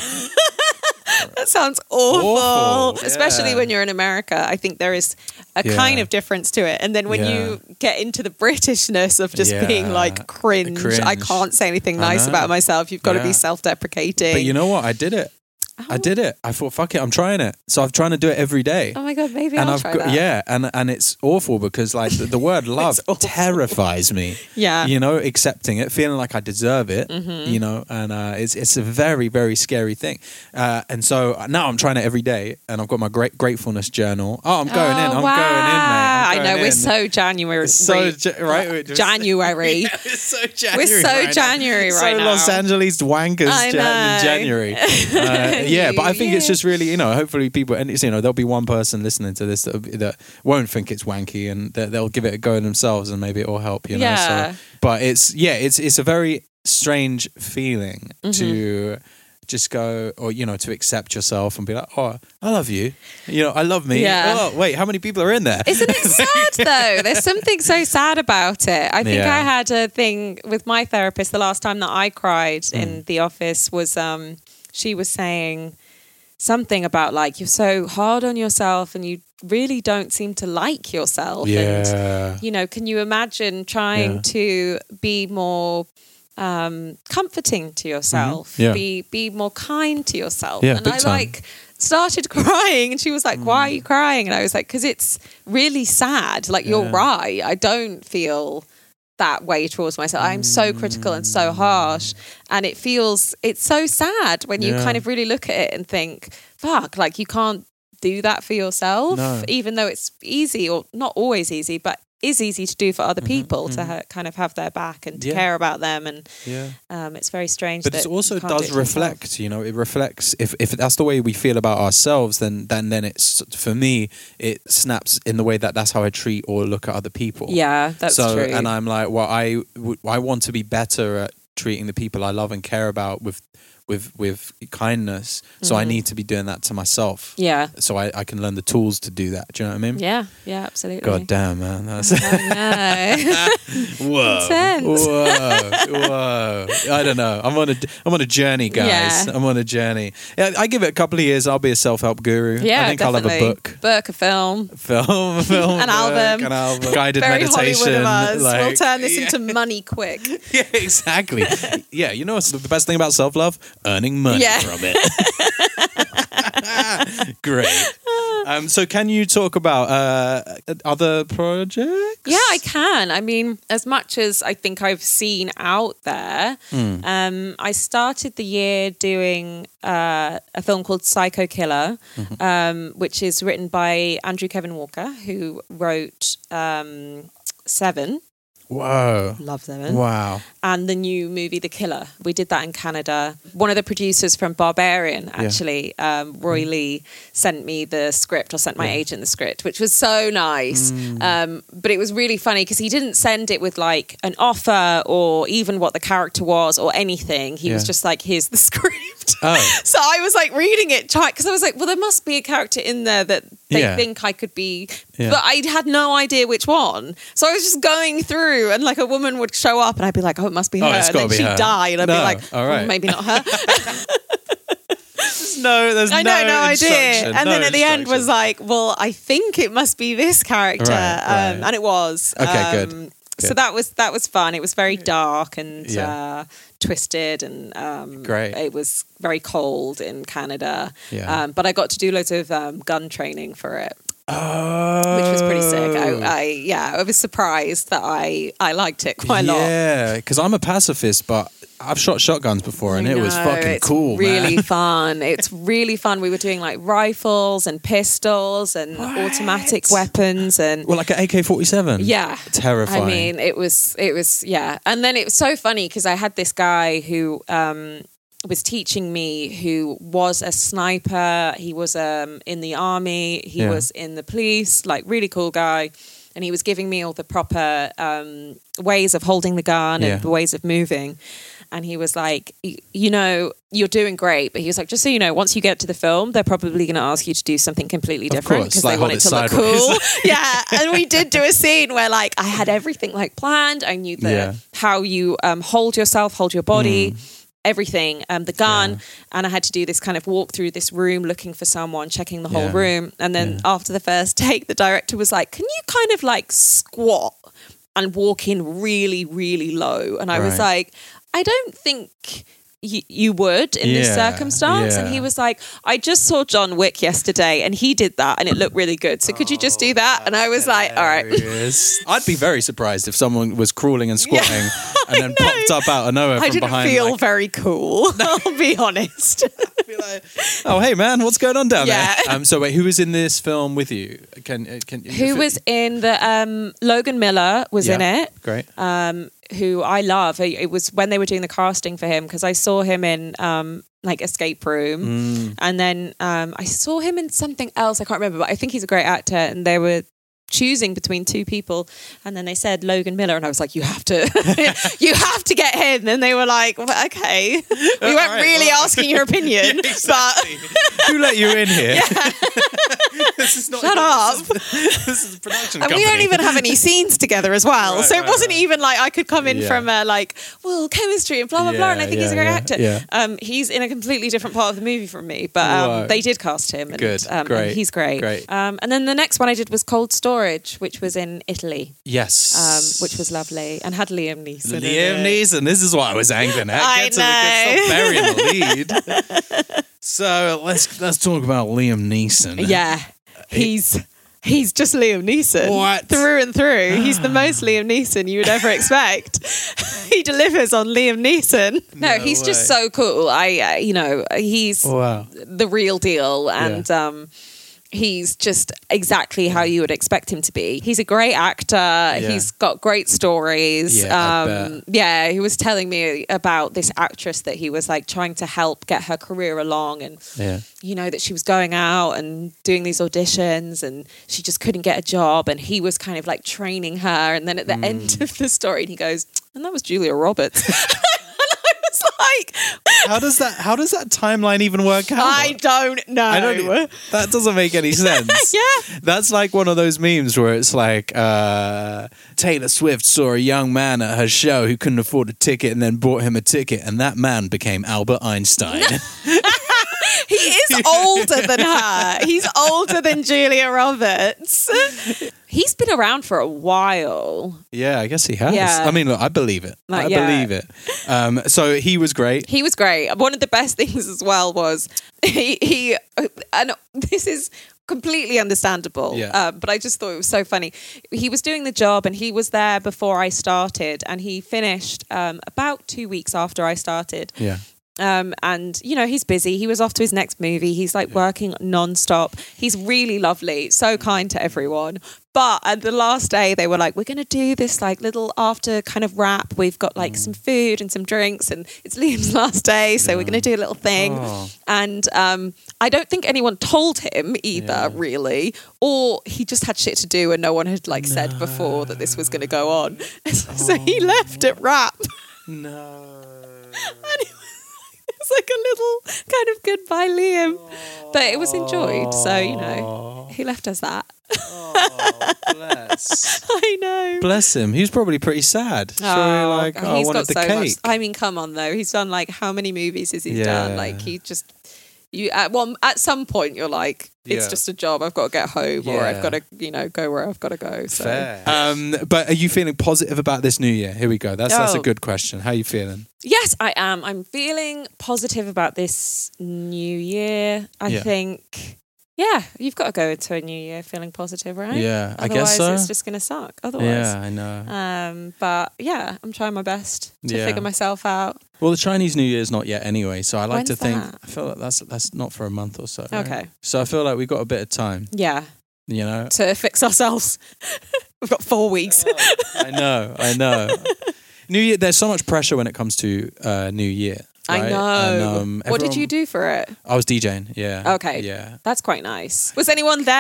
[SPEAKER 2] that sounds awful.
[SPEAKER 1] Awful,
[SPEAKER 2] Especially
[SPEAKER 1] yeah.
[SPEAKER 2] when you're in America. I think there is a
[SPEAKER 1] Yeah.
[SPEAKER 2] kind of difference to it. And then when you get into the Britishness of just
[SPEAKER 1] Yeah.
[SPEAKER 2] being like cringe, I
[SPEAKER 1] Cringe.
[SPEAKER 2] can't say anything
[SPEAKER 1] I
[SPEAKER 2] nice
[SPEAKER 1] know.
[SPEAKER 2] about myself. You've got to
[SPEAKER 1] Yeah.
[SPEAKER 2] be self deprecating.
[SPEAKER 1] But you know what? I did it.
[SPEAKER 2] Oh.
[SPEAKER 1] I did it. I thought, fuck it, I'm trying it. So I'm trying to do it every day.
[SPEAKER 2] Oh my god, maybe
[SPEAKER 1] and
[SPEAKER 2] I'll
[SPEAKER 1] I've
[SPEAKER 2] try
[SPEAKER 1] got,
[SPEAKER 2] that.
[SPEAKER 1] yeah, and and it's awful because like the, the
[SPEAKER 2] <laughs>
[SPEAKER 1] word love terrifies me.
[SPEAKER 2] Yeah. Mm-hmm.
[SPEAKER 1] you know, accepting it, feeling like I deserve it, you know, and uh, it's it's a very very scary thing. Uh, and so now I'm trying it every day, and I've got my great gratefulness journal. Oh, I'm going in.
[SPEAKER 2] Oh,
[SPEAKER 1] I'm
[SPEAKER 2] wow.
[SPEAKER 1] going in, mate. I'm
[SPEAKER 2] I know
[SPEAKER 1] going
[SPEAKER 2] we're
[SPEAKER 1] in.
[SPEAKER 2] so January.
[SPEAKER 1] It's so Ja- right, we're just- <laughs>
[SPEAKER 2] <laughs> January.
[SPEAKER 1] It's so January.
[SPEAKER 2] We're so
[SPEAKER 1] right now.
[SPEAKER 2] January
[SPEAKER 1] so
[SPEAKER 2] right now.
[SPEAKER 1] Los Angeles
[SPEAKER 2] I
[SPEAKER 1] wankers Jan-
[SPEAKER 2] know. <laughs>
[SPEAKER 1] January. Uh, yeah, but I think it's
[SPEAKER 2] Yeah.
[SPEAKER 1] just really you know hopefully people and it's you know there'll be one person listening to this that that won't think it's wanky and that they'll give it a go themselves and maybe it will help you know.
[SPEAKER 2] Yeah.
[SPEAKER 1] So, but it's yeah it's it's a very strange feeling
[SPEAKER 2] Mm-hmm.
[SPEAKER 1] to just go or you know to accept yourself and be like oh I love you you know I love me
[SPEAKER 2] Yeah.
[SPEAKER 1] oh wait how many people are in there <laughs>
[SPEAKER 2] Isn't it sad though? There's something so sad about it. I think
[SPEAKER 1] Yeah.
[SPEAKER 2] I had a thing with my therapist the last time that I cried
[SPEAKER 1] Mm.
[SPEAKER 2] in the office was um she was saying something about like you're so hard on yourself and you really don't seem to like yourself and
[SPEAKER 1] yeah
[SPEAKER 2] you know can you imagine trying
[SPEAKER 1] Yeah.
[SPEAKER 2] to be more um, comforting to yourself
[SPEAKER 1] Mm-hmm. Yeah.
[SPEAKER 2] be be more kind to yourself
[SPEAKER 1] Yeah,
[SPEAKER 2] and
[SPEAKER 1] big
[SPEAKER 2] i
[SPEAKER 1] time. Mm.
[SPEAKER 2] like started <laughs> crying and she was like why are you crying and i was like because it's really sad like you're
[SPEAKER 1] Yeah.
[SPEAKER 2] right i don't feel that way towards myself i'm so critical and
[SPEAKER 1] Mm.
[SPEAKER 2] so harsh and it feels it's so sad when you
[SPEAKER 1] Yeah.
[SPEAKER 2] kind of really look at it and think fuck like you can't do that for yourself
[SPEAKER 1] No.
[SPEAKER 2] even though it's easy or not always easy but is easy to do for other people to ha- kind of have their back and to
[SPEAKER 1] Mm-hmm, Yeah.
[SPEAKER 2] care about them and
[SPEAKER 1] yeah
[SPEAKER 2] um, it's very strange
[SPEAKER 1] but
[SPEAKER 2] that
[SPEAKER 1] it also
[SPEAKER 2] you can't do
[SPEAKER 1] does
[SPEAKER 2] it to yourself.
[SPEAKER 1] reflect you know it reflects if, if that's the way we feel about ourselves then then then it's for me it snaps in the way that that's how i treat or look at other people
[SPEAKER 2] yeah that's
[SPEAKER 1] so
[SPEAKER 2] true
[SPEAKER 1] and i'm like well I w- I want to be better at treating the people i love and care about with with with kindness so i need to be doing that to myself
[SPEAKER 2] Mm-hmm. yeah
[SPEAKER 1] so I, I can learn the tools to do that do you know what i mean
[SPEAKER 2] yeah yeah absolutely
[SPEAKER 1] god damn Um, man that's <laughs>
[SPEAKER 2] <laughs> I
[SPEAKER 1] Whoa.
[SPEAKER 2] <laughs> Intense.
[SPEAKER 1] Whoa. Whoa. I don't know. I'm on a I'm on a journey, guys.
[SPEAKER 2] Yeah.
[SPEAKER 1] I'm on a journey. Yeah, I give it a couple of years, I'll be a self-help guru.
[SPEAKER 2] know. yeah
[SPEAKER 1] I think I'll
[SPEAKER 2] definitely.
[SPEAKER 1] have a book.
[SPEAKER 2] book a film <laughs>
[SPEAKER 1] Film, film,
[SPEAKER 2] An
[SPEAKER 1] book,
[SPEAKER 2] album.
[SPEAKER 1] an album, guided
[SPEAKER 2] very
[SPEAKER 1] meditation.
[SPEAKER 2] Hollywood of us we'll
[SPEAKER 1] like-
[SPEAKER 2] turn this into money quick
[SPEAKER 1] <laughs> yeah, exactly. yeah, you know what's the best thing about self love? Earning money
[SPEAKER 2] Yeah.
[SPEAKER 1] from it. <laughs> Great. Um, so, can you talk about uh, other projects?
[SPEAKER 2] Yeah, I can. I mean, as much as I think I've seen out there, um, I started the year doing uh, a film called Psycho Killer, um, which is written by Andrew Kevin Walker, who wrote um, Seven.
[SPEAKER 1] Whoa!
[SPEAKER 2] Love Seven
[SPEAKER 1] Wow!
[SPEAKER 2] and the new movie The Killer. We did that in Canada. One of the producers from Barbarian, actually, um,
[SPEAKER 1] Mm.
[SPEAKER 2] Roy Lee, sent me the script or sent my agent the script, which was so nice.
[SPEAKER 1] Mm.
[SPEAKER 2] Um, but it was really funny because he didn't send it with like an offer or even what the character was or anything. He was
[SPEAKER 1] Yeah.
[SPEAKER 2] just like, here's the <laughs> script.
[SPEAKER 1] Oh.
[SPEAKER 2] so I was like reading it because I was like, well, there must be a character in there that they
[SPEAKER 1] Yeah.
[SPEAKER 2] think I could be,
[SPEAKER 1] Yeah.
[SPEAKER 2] but I had no idea which one. So I was just going through, and like a woman would show up, and I'd be like, oh, it must be
[SPEAKER 1] Oh,
[SPEAKER 2] her.
[SPEAKER 1] it's
[SPEAKER 2] and then
[SPEAKER 1] gotta be
[SPEAKER 2] she'd
[SPEAKER 1] her.
[SPEAKER 2] die, and I'd be
[SPEAKER 1] No,
[SPEAKER 2] like,
[SPEAKER 1] all right.
[SPEAKER 2] "Oh, maybe
[SPEAKER 1] <laughs>
[SPEAKER 2] not her.
[SPEAKER 1] No, there's
[SPEAKER 2] I
[SPEAKER 1] no,
[SPEAKER 2] know, no, idea.
[SPEAKER 1] instruction,
[SPEAKER 2] And
[SPEAKER 1] no
[SPEAKER 2] then at the end
[SPEAKER 1] instruction.
[SPEAKER 2] was like, well, I think it must be this character,
[SPEAKER 1] Right,
[SPEAKER 2] um,
[SPEAKER 1] right.
[SPEAKER 2] and it was.
[SPEAKER 1] Okay,
[SPEAKER 2] um,
[SPEAKER 1] good.
[SPEAKER 2] So
[SPEAKER 1] Good.
[SPEAKER 2] that was that was fun. It was very dark and
[SPEAKER 1] Yeah.
[SPEAKER 2] uh, twisted, and um,
[SPEAKER 1] Great.
[SPEAKER 2] It was very cold in Canada,
[SPEAKER 1] Yeah.
[SPEAKER 2] um, but I got to do loads of um, gun training for it.
[SPEAKER 1] Oh.
[SPEAKER 2] which was pretty sick. I, uh, I yeah, I was surprised that I I liked it quite a lot.
[SPEAKER 1] Yeah, because I'm a pacifist, but I've shot shotguns before, and
[SPEAKER 2] I
[SPEAKER 1] it was
[SPEAKER 2] know,
[SPEAKER 1] fucking
[SPEAKER 2] it's
[SPEAKER 1] cool, <laughs>
[SPEAKER 2] Really
[SPEAKER 1] man.
[SPEAKER 2] fun. It's really fun. We were doing like rifles and pistols and automatic weapons and
[SPEAKER 1] Well, like an AK-47.
[SPEAKER 2] yeah,
[SPEAKER 1] terrifying.
[SPEAKER 2] I mean, it was it was yeah, and then it was so funny because I had this guy who. um was teaching me who was a sniper. He was um, in the army. He
[SPEAKER 1] Yeah.
[SPEAKER 2] was in the police. Like really cool guy, and he was giving me all the proper um, ways of holding the gun
[SPEAKER 1] Yeah.
[SPEAKER 2] and the ways of moving. And he was like, "Y- you know, you're doing great, but he was like, just so you know, once you get to the film, they're probably going to ask you to do something completely
[SPEAKER 1] Of
[SPEAKER 2] different
[SPEAKER 1] course,
[SPEAKER 2] because
[SPEAKER 1] like
[SPEAKER 2] they want it
[SPEAKER 1] hold
[SPEAKER 2] to
[SPEAKER 1] it sideways.
[SPEAKER 2] look
[SPEAKER 1] <laughs>
[SPEAKER 2] cool <laughs> yeah and we did do a scene where like i had everything like planned i knew the
[SPEAKER 1] Yeah. Hmm.
[SPEAKER 2] how you um, hold yourself hold your body everything um, the gun and i had to do this kind of walk through this room looking for someone checking the whole
[SPEAKER 1] Yeah.
[SPEAKER 2] room and then after the first <laughs> take the director was like can you kind of like squat and walk in really really low and i was
[SPEAKER 1] Right.
[SPEAKER 2] like i don't think y- you would in this
[SPEAKER 1] Yeah,
[SPEAKER 2] circumstance. And
[SPEAKER 1] yeah.
[SPEAKER 2] he was like, I just saw John Wick yesterday and he did that and it looked really good. So could you just do that? And I was like, all right.
[SPEAKER 1] Yes. I'd be very surprised if someone was crawling and squatting
[SPEAKER 2] <laughs>
[SPEAKER 1] and then popped up out of nowhere
[SPEAKER 2] I
[SPEAKER 1] from
[SPEAKER 2] didn't
[SPEAKER 1] behind.
[SPEAKER 2] feel
[SPEAKER 1] like,
[SPEAKER 2] very cool. <laughs> I'll be honest.
[SPEAKER 1] oh, hey man, what's going on down
[SPEAKER 2] Yeah.
[SPEAKER 1] there? Um, so wait, who was in this film with you? Can uh, can
[SPEAKER 2] Who was in the um, Logan Miller was in
[SPEAKER 1] Yeah.
[SPEAKER 2] it.
[SPEAKER 1] Great.
[SPEAKER 2] Um, who I love. It it was when they were doing the casting for him because I saw him in um, like Escape Room,
[SPEAKER 1] Mm.
[SPEAKER 2] and then um, I saw him in something else. I can't remember, but I think he's a great actor. And they were choosing between two people, and then they said Logan Miller, and I was like, "You have to, <laughs> you have to get him." And they were like, well, "Okay, <laughs> we weren't
[SPEAKER 1] right,
[SPEAKER 2] really
[SPEAKER 1] well-
[SPEAKER 2] asking
[SPEAKER 1] <laughs>
[SPEAKER 2] your opinion,
[SPEAKER 1] who let you in here? <laughs> this is not
[SPEAKER 2] but shut up."
[SPEAKER 1] This is a production
[SPEAKER 2] And we don't even
[SPEAKER 1] <laughs>
[SPEAKER 2] have any scenes together as well.
[SPEAKER 1] Right,
[SPEAKER 2] so it
[SPEAKER 1] right,
[SPEAKER 2] wasn't
[SPEAKER 1] right.
[SPEAKER 2] even like I could come in
[SPEAKER 1] Yeah.
[SPEAKER 2] from a like, well, chemistry and blah, blah, blah. And I
[SPEAKER 1] Yeah,
[SPEAKER 2] think he's a
[SPEAKER 1] yeah,
[SPEAKER 2] great
[SPEAKER 1] yeah,
[SPEAKER 2] actor.
[SPEAKER 1] yeah.
[SPEAKER 2] Um, he's in a completely different part of the movie from me, but um,
[SPEAKER 1] Right.
[SPEAKER 2] they did cast him. And,
[SPEAKER 1] Good,
[SPEAKER 2] Um, and
[SPEAKER 1] great,
[SPEAKER 2] he's great.
[SPEAKER 1] great.
[SPEAKER 2] Um, and then the next one I did was Cold Storage, which was in Italy, um,
[SPEAKER 1] Yes.
[SPEAKER 2] which was lovely and had Liam Neeson. in
[SPEAKER 1] Liam
[SPEAKER 2] it.
[SPEAKER 1] Neeson. This is why I was angling at.
[SPEAKER 2] <laughs> I
[SPEAKER 1] Get to the, get, stop burying the
[SPEAKER 2] <laughs>
[SPEAKER 1] lead. so let's let's talk about Liam Neeson.
[SPEAKER 2] Yeah. He's. He's just Liam Neeson.
[SPEAKER 1] What?
[SPEAKER 2] Through and through. He's
[SPEAKER 1] <sighs>
[SPEAKER 2] the most Liam Neeson you would ever expect. <laughs> he delivers on Liam Neeson. No,
[SPEAKER 1] No
[SPEAKER 2] he's just
[SPEAKER 1] way.
[SPEAKER 2] so cool. I, uh, you know, he's
[SPEAKER 1] Wow.
[SPEAKER 2] the real deal and um he's just exactly how you would expect him to be he's a great actor he's got great stories
[SPEAKER 1] Yeah, I
[SPEAKER 2] um yeah he was telling me about this actress that he was like trying to help get her career along and
[SPEAKER 1] Yeah.
[SPEAKER 2] you know that she was going out and doing these auditions and she just couldn't get a job and he was kind of like training her and then at the
[SPEAKER 1] Mm.
[SPEAKER 2] end of the story he goes and that was julia roberts <laughs> and i was like
[SPEAKER 1] How does that how does that timeline even work out?
[SPEAKER 2] i don't know
[SPEAKER 1] I don't e- that doesn't make
[SPEAKER 2] <laughs>
[SPEAKER 1] any sense.
[SPEAKER 2] Yeah.
[SPEAKER 1] That's like one of those memes where it's like uh, Taylor Swift saw a young man at her show who couldn't afford a ticket and then bought him a ticket and that man became Albert
[SPEAKER 2] <laughs>
[SPEAKER 1] Einstein. <laughs>
[SPEAKER 2] He is older than her. He's older than Julia Roberts. <laughs> He's been around for a while.
[SPEAKER 1] Yeah, I guess he has.
[SPEAKER 2] Yeah.
[SPEAKER 1] I mean, look, I believe it.
[SPEAKER 2] Like,
[SPEAKER 1] I
[SPEAKER 2] yeah.
[SPEAKER 1] believe it. Um, so he was great.
[SPEAKER 2] He was great. One of the best <laughs> things as well was he, he uh, and this is completely understandable.
[SPEAKER 1] Yeah.
[SPEAKER 2] Uh, but I just thought it was so funny. He was doing the job and he was there before I started and he finished um, about two weeks after I started.
[SPEAKER 1] Yeah.
[SPEAKER 2] Um, and you know he's busy. He was off to his next movie. He's like working non-stop. He's really lovely, so kind to everyone. But at the last day, they were like, "We're going to do this like little after kind of wrap. We've got like some food and some drinks, and it's <laughs> Liam's last day, so we're going to do a little thing." And um, I don't think anyone told him either, really, or he just had shit to do, and no one had like said before that this was going to go on. <laughs> so he left at wrap. <laughs> It's like a little kind of goodbye, Liam. But it was enjoyed. So, you know, he left us that. <laughs>
[SPEAKER 1] Bless.
[SPEAKER 2] I know.
[SPEAKER 1] Bless him. He was probably pretty sad. Sure, like,
[SPEAKER 2] he's
[SPEAKER 1] oh, I wanted
[SPEAKER 2] got
[SPEAKER 1] the
[SPEAKER 2] so much.
[SPEAKER 1] cake.
[SPEAKER 2] I mean, come on, though. He's done like how many movies has he done?
[SPEAKER 1] Yeah.
[SPEAKER 2] Like, he just, you, at, one, at some point, you're like, it's
[SPEAKER 1] Yeah.
[SPEAKER 2] just a job. I've got to get home or I've
[SPEAKER 1] Yeah.
[SPEAKER 2] got to, you know, go where I've got to go. So.
[SPEAKER 1] Um, but are you feeling positive about this new year? Here we go. That's that's a
[SPEAKER 2] Oh.
[SPEAKER 1] good question. How are you feeling?
[SPEAKER 2] Yes, I am. I'm feeling positive about this new year. I
[SPEAKER 1] Yeah.
[SPEAKER 2] think, yeah, you've got to go into a new year feeling positive, right?
[SPEAKER 1] Yeah, I
[SPEAKER 2] Otherwise,
[SPEAKER 1] guess so.
[SPEAKER 2] it's just going to suck. Otherwise.
[SPEAKER 1] I know.
[SPEAKER 2] Um, but yeah, I'm trying my best to
[SPEAKER 1] Yeah.
[SPEAKER 2] figure myself out.
[SPEAKER 1] Well, the Chinese New Year's not yet anyway, so I like to
[SPEAKER 2] When's
[SPEAKER 1] think
[SPEAKER 2] that?
[SPEAKER 1] I feel like that's that's not for a month or so. right?
[SPEAKER 2] Okay.
[SPEAKER 1] So I feel like we got a bit of time,
[SPEAKER 2] Yeah,
[SPEAKER 1] you know.
[SPEAKER 2] to fix ourselves. <laughs> We've got four weeks.
[SPEAKER 1] I know, I know. <laughs> New Year, there's so much pressure when it comes to uh, New Year.
[SPEAKER 2] I
[SPEAKER 1] right?
[SPEAKER 2] know.
[SPEAKER 1] And, um,
[SPEAKER 2] what did
[SPEAKER 1] everyone-
[SPEAKER 2] you do for it?
[SPEAKER 1] I was DJing. Yeah.
[SPEAKER 2] Okay.
[SPEAKER 1] Yeah.
[SPEAKER 2] That's quite nice. Was anyone there?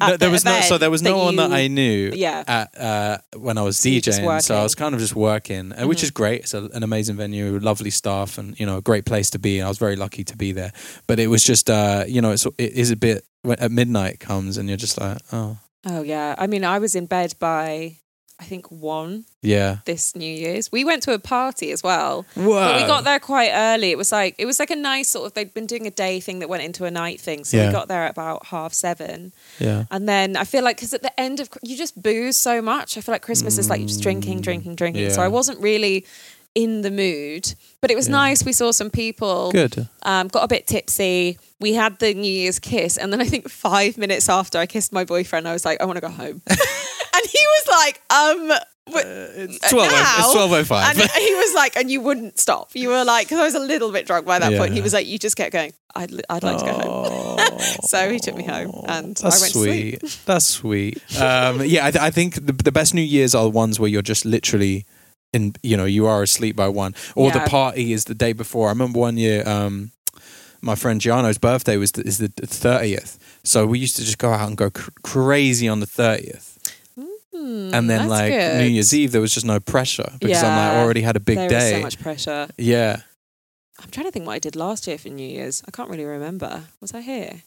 [SPEAKER 2] At
[SPEAKER 1] No, there
[SPEAKER 2] the
[SPEAKER 1] was no,
[SPEAKER 2] event
[SPEAKER 1] so there was no one that
[SPEAKER 2] you-
[SPEAKER 1] I knew.
[SPEAKER 2] Yeah.
[SPEAKER 1] At, uh, when I was
[SPEAKER 2] So you're just
[SPEAKER 1] DJing, so I was
[SPEAKER 2] working. Mm-hmm.
[SPEAKER 1] kind of just working, uh, which is great. It's a, an amazing venue, lovely staff, and you know, a great place to be. And I was very lucky to be there. But it was just, uh, you know, it's it is a bit when, at midnight comes, and you're just like, oh,
[SPEAKER 2] Oh yeah. I mean, I was in bed by I think one
[SPEAKER 1] yeah.
[SPEAKER 2] this New Year's. We went to a party as well.
[SPEAKER 1] Whoa.
[SPEAKER 2] But we got there quite early. It was like it was like a nice sort of they'd been doing a day thing that went into a night thing. So
[SPEAKER 1] Yeah.
[SPEAKER 2] we got there at about half seven.
[SPEAKER 1] Yeah.
[SPEAKER 2] And then I feel like because at the end of you just booze so much. I feel like Christmas is like you're just drinking, drinking, drinking. So
[SPEAKER 1] Mm, yeah.
[SPEAKER 2] I wasn't really in the mood. But it was nice. We saw some people.
[SPEAKER 1] Good.
[SPEAKER 2] Um, got a bit tipsy. We had the New Year's kiss, and then I think five minutes after I kissed my boyfriend, I was like, I want to go
[SPEAKER 1] <laughs>
[SPEAKER 2] home, and he was like, um. It's
[SPEAKER 1] 12 Uh, oh, it's 12:05.
[SPEAKER 2] And he was like, and you wouldn't stop. You were like, because I was a little bit drunk by that
[SPEAKER 1] Yeah.
[SPEAKER 2] point. He was like, you just kept going. I'd, I'd like to go home. <laughs> so he took me home, and I went to sleep.
[SPEAKER 1] sweet. That's sweet. Um, yeah, I, th- I think the, the best New Years are the ones where you're just literally in, you know, you are asleep by one, or
[SPEAKER 2] Yeah.
[SPEAKER 1] the party is the day before. I remember one year, um, my friend Giano's birthday was the, is the thirtieth, so we used to just go out and go cr- crazy on the thirtieth. and then,
[SPEAKER 2] Mm, Hmm, that's
[SPEAKER 1] like
[SPEAKER 2] good.
[SPEAKER 1] New Year's Eve, there was just no pressure because I'm
[SPEAKER 2] Yeah.
[SPEAKER 1] like already had a big
[SPEAKER 2] there
[SPEAKER 1] day.
[SPEAKER 2] was so much pressure.
[SPEAKER 1] yeah,
[SPEAKER 2] I'm trying to think what I did last year for New Year's. I can't really remember. Was I here?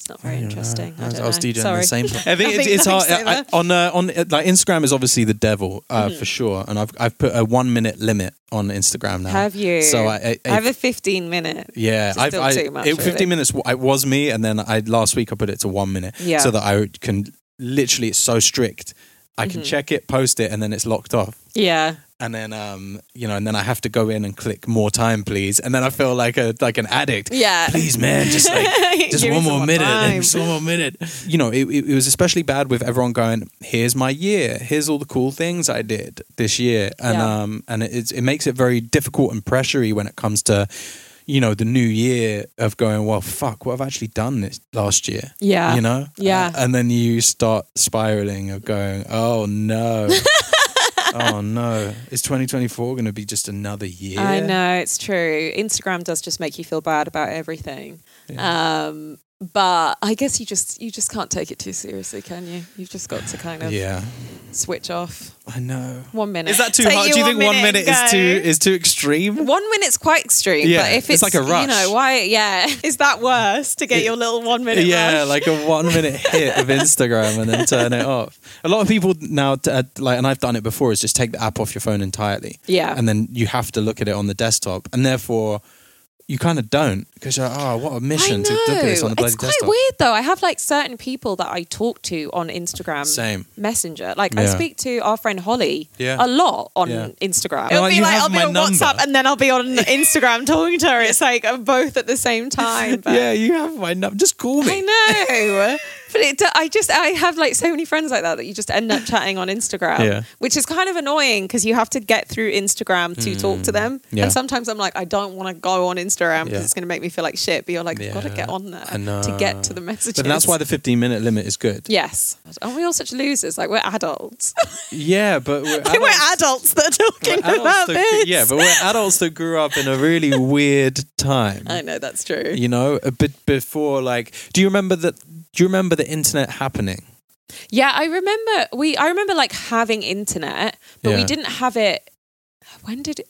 [SPEAKER 2] It's not very
[SPEAKER 1] I don't know.
[SPEAKER 2] interesting.
[SPEAKER 1] I
[SPEAKER 2] I,
[SPEAKER 1] was,
[SPEAKER 2] don't
[SPEAKER 1] I was
[SPEAKER 2] know.
[SPEAKER 1] DJing
[SPEAKER 2] Sorry.
[SPEAKER 1] the
[SPEAKER 2] <laughs>
[SPEAKER 1] same. I think it's,
[SPEAKER 2] think
[SPEAKER 1] it's hard
[SPEAKER 2] that's
[SPEAKER 1] I-
[SPEAKER 2] it.
[SPEAKER 1] on uh, on uh, like Instagram is obviously the devil uh,
[SPEAKER 2] Mm-hmm.
[SPEAKER 1] for sure, and I've I've put a one minute limit on Instagram now.
[SPEAKER 2] Have you?
[SPEAKER 1] So I, I,
[SPEAKER 2] I have a 15 minute.
[SPEAKER 1] yeah,
[SPEAKER 2] It's
[SPEAKER 1] I've
[SPEAKER 2] still
[SPEAKER 1] I,
[SPEAKER 2] too much,
[SPEAKER 1] it,
[SPEAKER 2] really.
[SPEAKER 1] fifteen minutes. w- It was me, and then I last week I put it to one minute,
[SPEAKER 2] Yeah.
[SPEAKER 1] so that I can literally it's so strict. I
[SPEAKER 2] Mm-hmm.
[SPEAKER 1] can check it, post it, and then it's locked off.
[SPEAKER 2] Yeah.
[SPEAKER 1] And then, um, you know, and then I have to go in and click more time, please. And then I feel like a like an addict.
[SPEAKER 2] Yeah.
[SPEAKER 1] please, man, just like just
[SPEAKER 2] <laughs> Give me
[SPEAKER 1] one
[SPEAKER 2] some
[SPEAKER 1] more minute,
[SPEAKER 2] time.
[SPEAKER 1] just <laughs> one more minute. You know, it, it, it was especially bad with everyone going, "Here's my year. Here's all the cool things I did this year," and
[SPEAKER 2] Yeah.
[SPEAKER 1] um, and it, it's- it makes it very difficult and pressury when it comes to, you know, the new year of going, "Well, fuck, what I've actually done this last year."
[SPEAKER 2] Yeah.
[SPEAKER 1] you know,
[SPEAKER 2] Yeah.
[SPEAKER 1] Uh, and then you start spiraling of going, "Oh
[SPEAKER 2] <laughs>
[SPEAKER 1] no." oh no! Is 2024 going to be just another year?
[SPEAKER 2] I know, it's true. Instagram does just make you feel bad about everything. Um, but I guess you just you just can't take it too seriously, can you? You've just got to kind of
[SPEAKER 1] Yeah,
[SPEAKER 2] switch off.
[SPEAKER 1] I know.
[SPEAKER 2] One minute.
[SPEAKER 1] Is that too
[SPEAKER 2] Take
[SPEAKER 1] hard?
[SPEAKER 2] you
[SPEAKER 1] Do you think one minute,
[SPEAKER 2] and
[SPEAKER 1] is
[SPEAKER 2] go.
[SPEAKER 1] too is too extreme?
[SPEAKER 2] One minute's quite extreme,
[SPEAKER 1] Yeah,
[SPEAKER 2] but if
[SPEAKER 1] it's like
[SPEAKER 2] it's,
[SPEAKER 1] a rush.
[SPEAKER 2] you know, why? Yeah, <laughs> is that worse to get your little one minute?
[SPEAKER 1] yeah,
[SPEAKER 2] rush?
[SPEAKER 1] like a one
[SPEAKER 2] <laughs>
[SPEAKER 1] minute hit of Instagram and then turn it off. A lot of people now, t- uh, like, and I've done it before, is just take the app off your phone entirely.
[SPEAKER 2] Yeah.
[SPEAKER 1] and then you have to look at it on the desktop, and therefore you kind of don't because you're like, oh, what a mission to look at this on the bloody
[SPEAKER 2] it's quite
[SPEAKER 1] desktop.
[SPEAKER 2] weird though. I have like certain people that I talk to on Instagram
[SPEAKER 1] Same.
[SPEAKER 2] Messenger. Like I
[SPEAKER 1] Yeah.
[SPEAKER 2] speak to our friend Holly
[SPEAKER 1] Yeah.
[SPEAKER 2] a lot on
[SPEAKER 1] Yeah.
[SPEAKER 2] Instagram.
[SPEAKER 1] Oh,
[SPEAKER 2] It'll be
[SPEAKER 1] you
[SPEAKER 2] like
[SPEAKER 1] have
[SPEAKER 2] I'll be
[SPEAKER 1] my
[SPEAKER 2] on WhatsApp
[SPEAKER 1] number.
[SPEAKER 2] and then I'll
[SPEAKER 1] <laughs>
[SPEAKER 2] be on Instagram talking to her. It's like uh, both at the <laughs> same time. But
[SPEAKER 1] Yeah, you have my number. Just call me.
[SPEAKER 2] I
[SPEAKER 1] <laughs>
[SPEAKER 2] know. but it, I just, I have like so many friends like that that you just end up chatting on Instagram,
[SPEAKER 1] Yeah.
[SPEAKER 2] which is kind of annoying because you have to get through Instagram to talk to them.
[SPEAKER 1] Mm. Yeah.
[SPEAKER 2] And sometimes I'm like, I don't want to go on Instagram because
[SPEAKER 1] Yeah.
[SPEAKER 2] it's going to make me feel like shit. But you're like, I've got to
[SPEAKER 1] Yeah,
[SPEAKER 2] get on there
[SPEAKER 1] I know.
[SPEAKER 2] to get to the messages.
[SPEAKER 1] But that's why the 15 minute limit is good.
[SPEAKER 2] Yes. Aren't we all such losers? Like, we're adults. <laughs>
[SPEAKER 1] Yeah, but we're
[SPEAKER 2] Like, <laughs> we're
[SPEAKER 1] adults.
[SPEAKER 2] adults that are talking
[SPEAKER 1] We're adults
[SPEAKER 2] about
[SPEAKER 1] that-
[SPEAKER 2] this.
[SPEAKER 1] Yeah, but we're adults that grew up in a really weird time.
[SPEAKER 2] I know, that's true.
[SPEAKER 1] you know a bit before like do you remember that do you remember the internet happening
[SPEAKER 2] Yeah, I remember we I remember like having internet, but we
[SPEAKER 1] Yeah.
[SPEAKER 2] didn't have it when did it,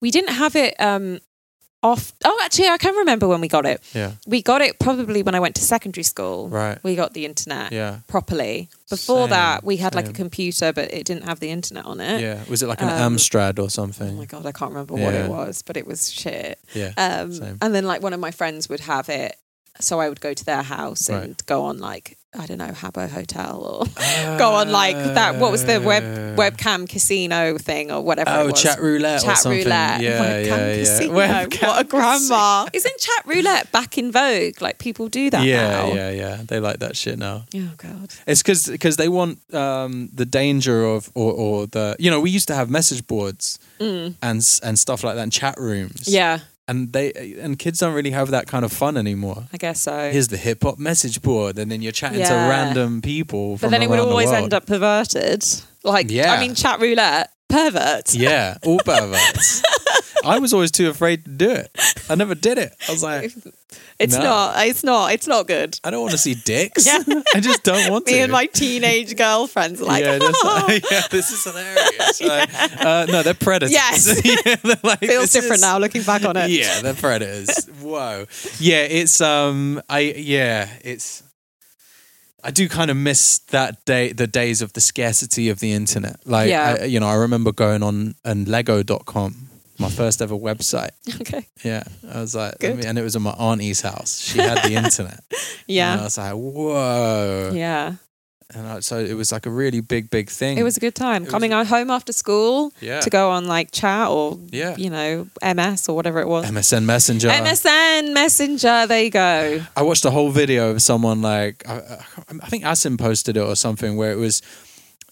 [SPEAKER 2] we didn't have it um off Oh, actually I can remember when we got it.
[SPEAKER 1] yeah
[SPEAKER 2] We got it probably when I went to secondary school.
[SPEAKER 1] Right.
[SPEAKER 2] We got the internet
[SPEAKER 1] yeah
[SPEAKER 2] properly. Before that,
[SPEAKER 1] Same,
[SPEAKER 2] we had like a
[SPEAKER 1] same.
[SPEAKER 2] computer but it didn't have the internet on it.
[SPEAKER 1] yeah was it like an
[SPEAKER 2] Uh, Um,
[SPEAKER 1] amstrad or
[SPEAKER 2] Oh my
[SPEAKER 1] something
[SPEAKER 2] god, I can't remember what
[SPEAKER 1] Yeah.
[SPEAKER 2] it was, but it was shit.
[SPEAKER 1] yeah
[SPEAKER 2] Um,
[SPEAKER 1] same.
[SPEAKER 2] and then like one of my friends would have it, so I would go to their house and
[SPEAKER 1] Right.
[SPEAKER 2] go on like I don't know Habbo Hotel or <laughs> go on like that. What was the web webcam casino thing or whatever?
[SPEAKER 1] Ah. oh
[SPEAKER 2] it was.
[SPEAKER 1] chat roulette or
[SPEAKER 2] Chat
[SPEAKER 1] something
[SPEAKER 2] roulette,
[SPEAKER 1] yeah
[SPEAKER 2] webcam
[SPEAKER 1] yeah yeah <laughs>
[SPEAKER 2] casino. what a grandma! Isn't chat roulette back in vogue? Like people do that
[SPEAKER 1] yeah
[SPEAKER 2] now.
[SPEAKER 1] yeah yeah they like that shit now
[SPEAKER 2] Oh god.
[SPEAKER 1] It's because they want um, the danger of or, or the you know we used to have message boards and s- and stuff like that and chat rooms
[SPEAKER 2] Mm. Yeah,
[SPEAKER 1] and they and kids don't really have that kind of fun anymore
[SPEAKER 2] I guess so.
[SPEAKER 1] here's the hip hop message board, and then you're chatting
[SPEAKER 2] Yeah.
[SPEAKER 1] to random people. From
[SPEAKER 2] but then it would
[SPEAKER 1] around the
[SPEAKER 2] always
[SPEAKER 1] world.
[SPEAKER 2] end up perverted. Like
[SPEAKER 1] Yeah.
[SPEAKER 2] I mean, chat roulette perverts.
[SPEAKER 1] Yeah, all
[SPEAKER 2] <laughs>
[SPEAKER 1] perverts. I was always too afraid to do it. I never did it. I was like,
[SPEAKER 2] It's
[SPEAKER 1] No.
[SPEAKER 2] not. It's not. It's not good.
[SPEAKER 1] I don't want to see dicks. <laughs> I just don't want
[SPEAKER 2] Me
[SPEAKER 1] to.
[SPEAKER 2] and my <laughs> teenage girlfriends are like,
[SPEAKER 1] yeah,
[SPEAKER 2] <laughs>
[SPEAKER 1] just
[SPEAKER 2] oh,
[SPEAKER 1] like, <laughs> yeah, this is hilarious. Like, uh, no, they're predators.
[SPEAKER 2] Yes.
[SPEAKER 1] <laughs> yeah, they're like,
[SPEAKER 2] feels
[SPEAKER 1] this
[SPEAKER 2] different
[SPEAKER 1] is-
[SPEAKER 2] now looking back on it.
[SPEAKER 1] Yeah, they're predators. Whoa. Yeah, it's um, I yeah, it's. I do kind of miss that day, the days of the scarcity of the internet. Like,
[SPEAKER 2] Yeah.
[SPEAKER 1] I, you know, I remember going on and Lego.com, my first ever website.
[SPEAKER 2] <laughs> Okay.
[SPEAKER 1] Yeah, I was like,
[SPEAKER 2] Good.
[SPEAKER 1] let me- and it was in
[SPEAKER 2] <laughs>
[SPEAKER 1] my auntie's house. She had the internet. And I
[SPEAKER 2] Yeah.
[SPEAKER 1] was like, whoa.
[SPEAKER 2] Yeah.
[SPEAKER 1] and I, so it was like a really big, big thing.
[SPEAKER 2] It was a good time
[SPEAKER 1] was
[SPEAKER 2] coming home after school
[SPEAKER 1] Yeah.
[SPEAKER 2] to go on like chat or
[SPEAKER 1] Yeah.
[SPEAKER 2] you know MS or whatever it was.
[SPEAKER 1] MSN Messenger.
[SPEAKER 2] MSN Messenger. There you
[SPEAKER 1] <laughs>
[SPEAKER 2] go.
[SPEAKER 1] I watched a whole video of someone like I, I- I think Asim posted it or something where it was